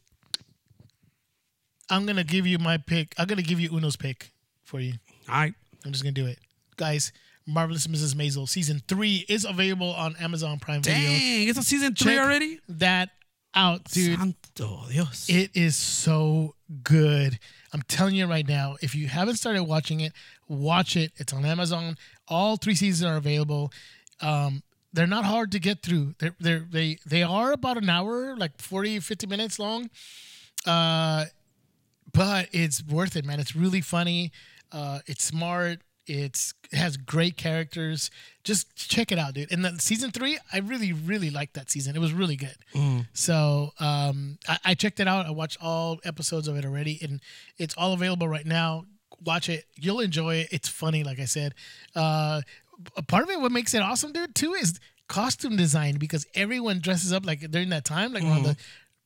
I'm gonna give you my pick. I'm gonna give you Uno's pick for you. All right. I'm just gonna do it, guys. Marvelous Mrs. Maisel season three is available on Amazon Prime Video. Dang, it's on season three Check already? That out, dude. Santo Dios. It is so good. I'm telling you right now, if you haven't started watching it, watch it. It's on Amazon. All three seasons are available. Um, they're not hard to get through. They're, they're, they they are about an hour, like 40, 50 minutes long. Uh, but it's worth it, man. It's really funny. Uh, it's smart. It's it has great characters. Just check it out, dude. And then season three, I really, really liked that season. It was really good. Mm. So um, I, I checked it out. I watched all episodes of it already, and it's all available right now. Watch it. You'll enjoy it. It's funny, like I said. Uh, a part of it, what makes it awesome, dude, too, is costume design because everyone dresses up like during that time, like around Mhm. the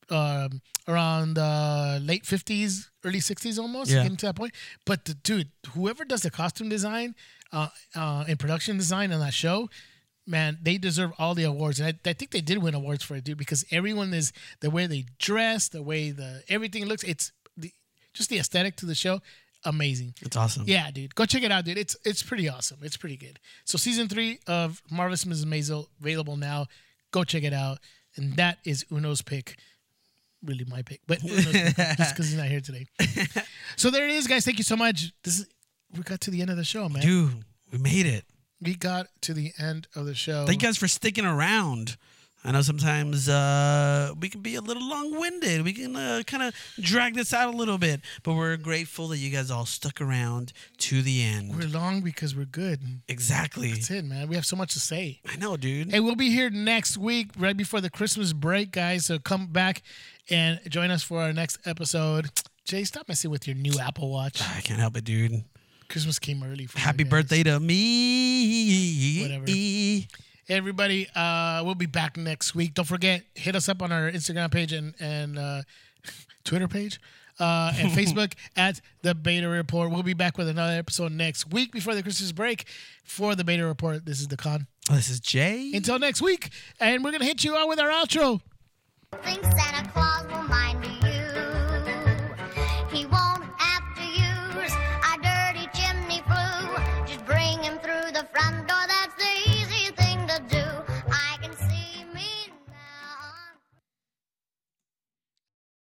um, around the late fifties, early sixties, almost Yeah. getting to that point. But the, dude, whoever does the costume design uh, uh, and production design on that show, man, they deserve all the awards. And I, I think they did win awards for it, dude, because everyone is the way they dress, the way the everything looks. It's the, just the aesthetic to the show. Amazing. It's awesome. Yeah, dude. Go check it out, dude. It's it's pretty awesome. It's pretty good. So season three of Marvelous Mrs. Maisel available now. Go check it out. And that is Uno's pick. Really my pick, but Uno's pick, just because he's not here today. So there it is, guys. Thank you so much. This is we got to the end of the show, man. Dude, we made it. We got to the end of the show. Thank you guys for sticking around. I know sometimes uh, we can be a little long winded. We can uh, kind of drag this out a little bit, but we're grateful that you guys all stuck around to the end. We're long because we're good. Exactly. That's it, man. We have so much to say. I know, dude. Hey, we'll be here next week, right before the Christmas break, guys. So come back and join us for our next episode. Jay, stop messing with your new Apple Watch. I can't help it, dude. Christmas came early. For you Happy guys. birthday to me. Whatever. Everybody, uh, we'll be back next week. Don't forget, hit us up on our Instagram page and and uh, Twitter page uh, and Facebook at the Beta Report. We'll be back with another episode next week before the Christmas break for the Beta Report. This is the con. This is Jay. Until next week, and we're gonna hit you out with our outro. Thanks,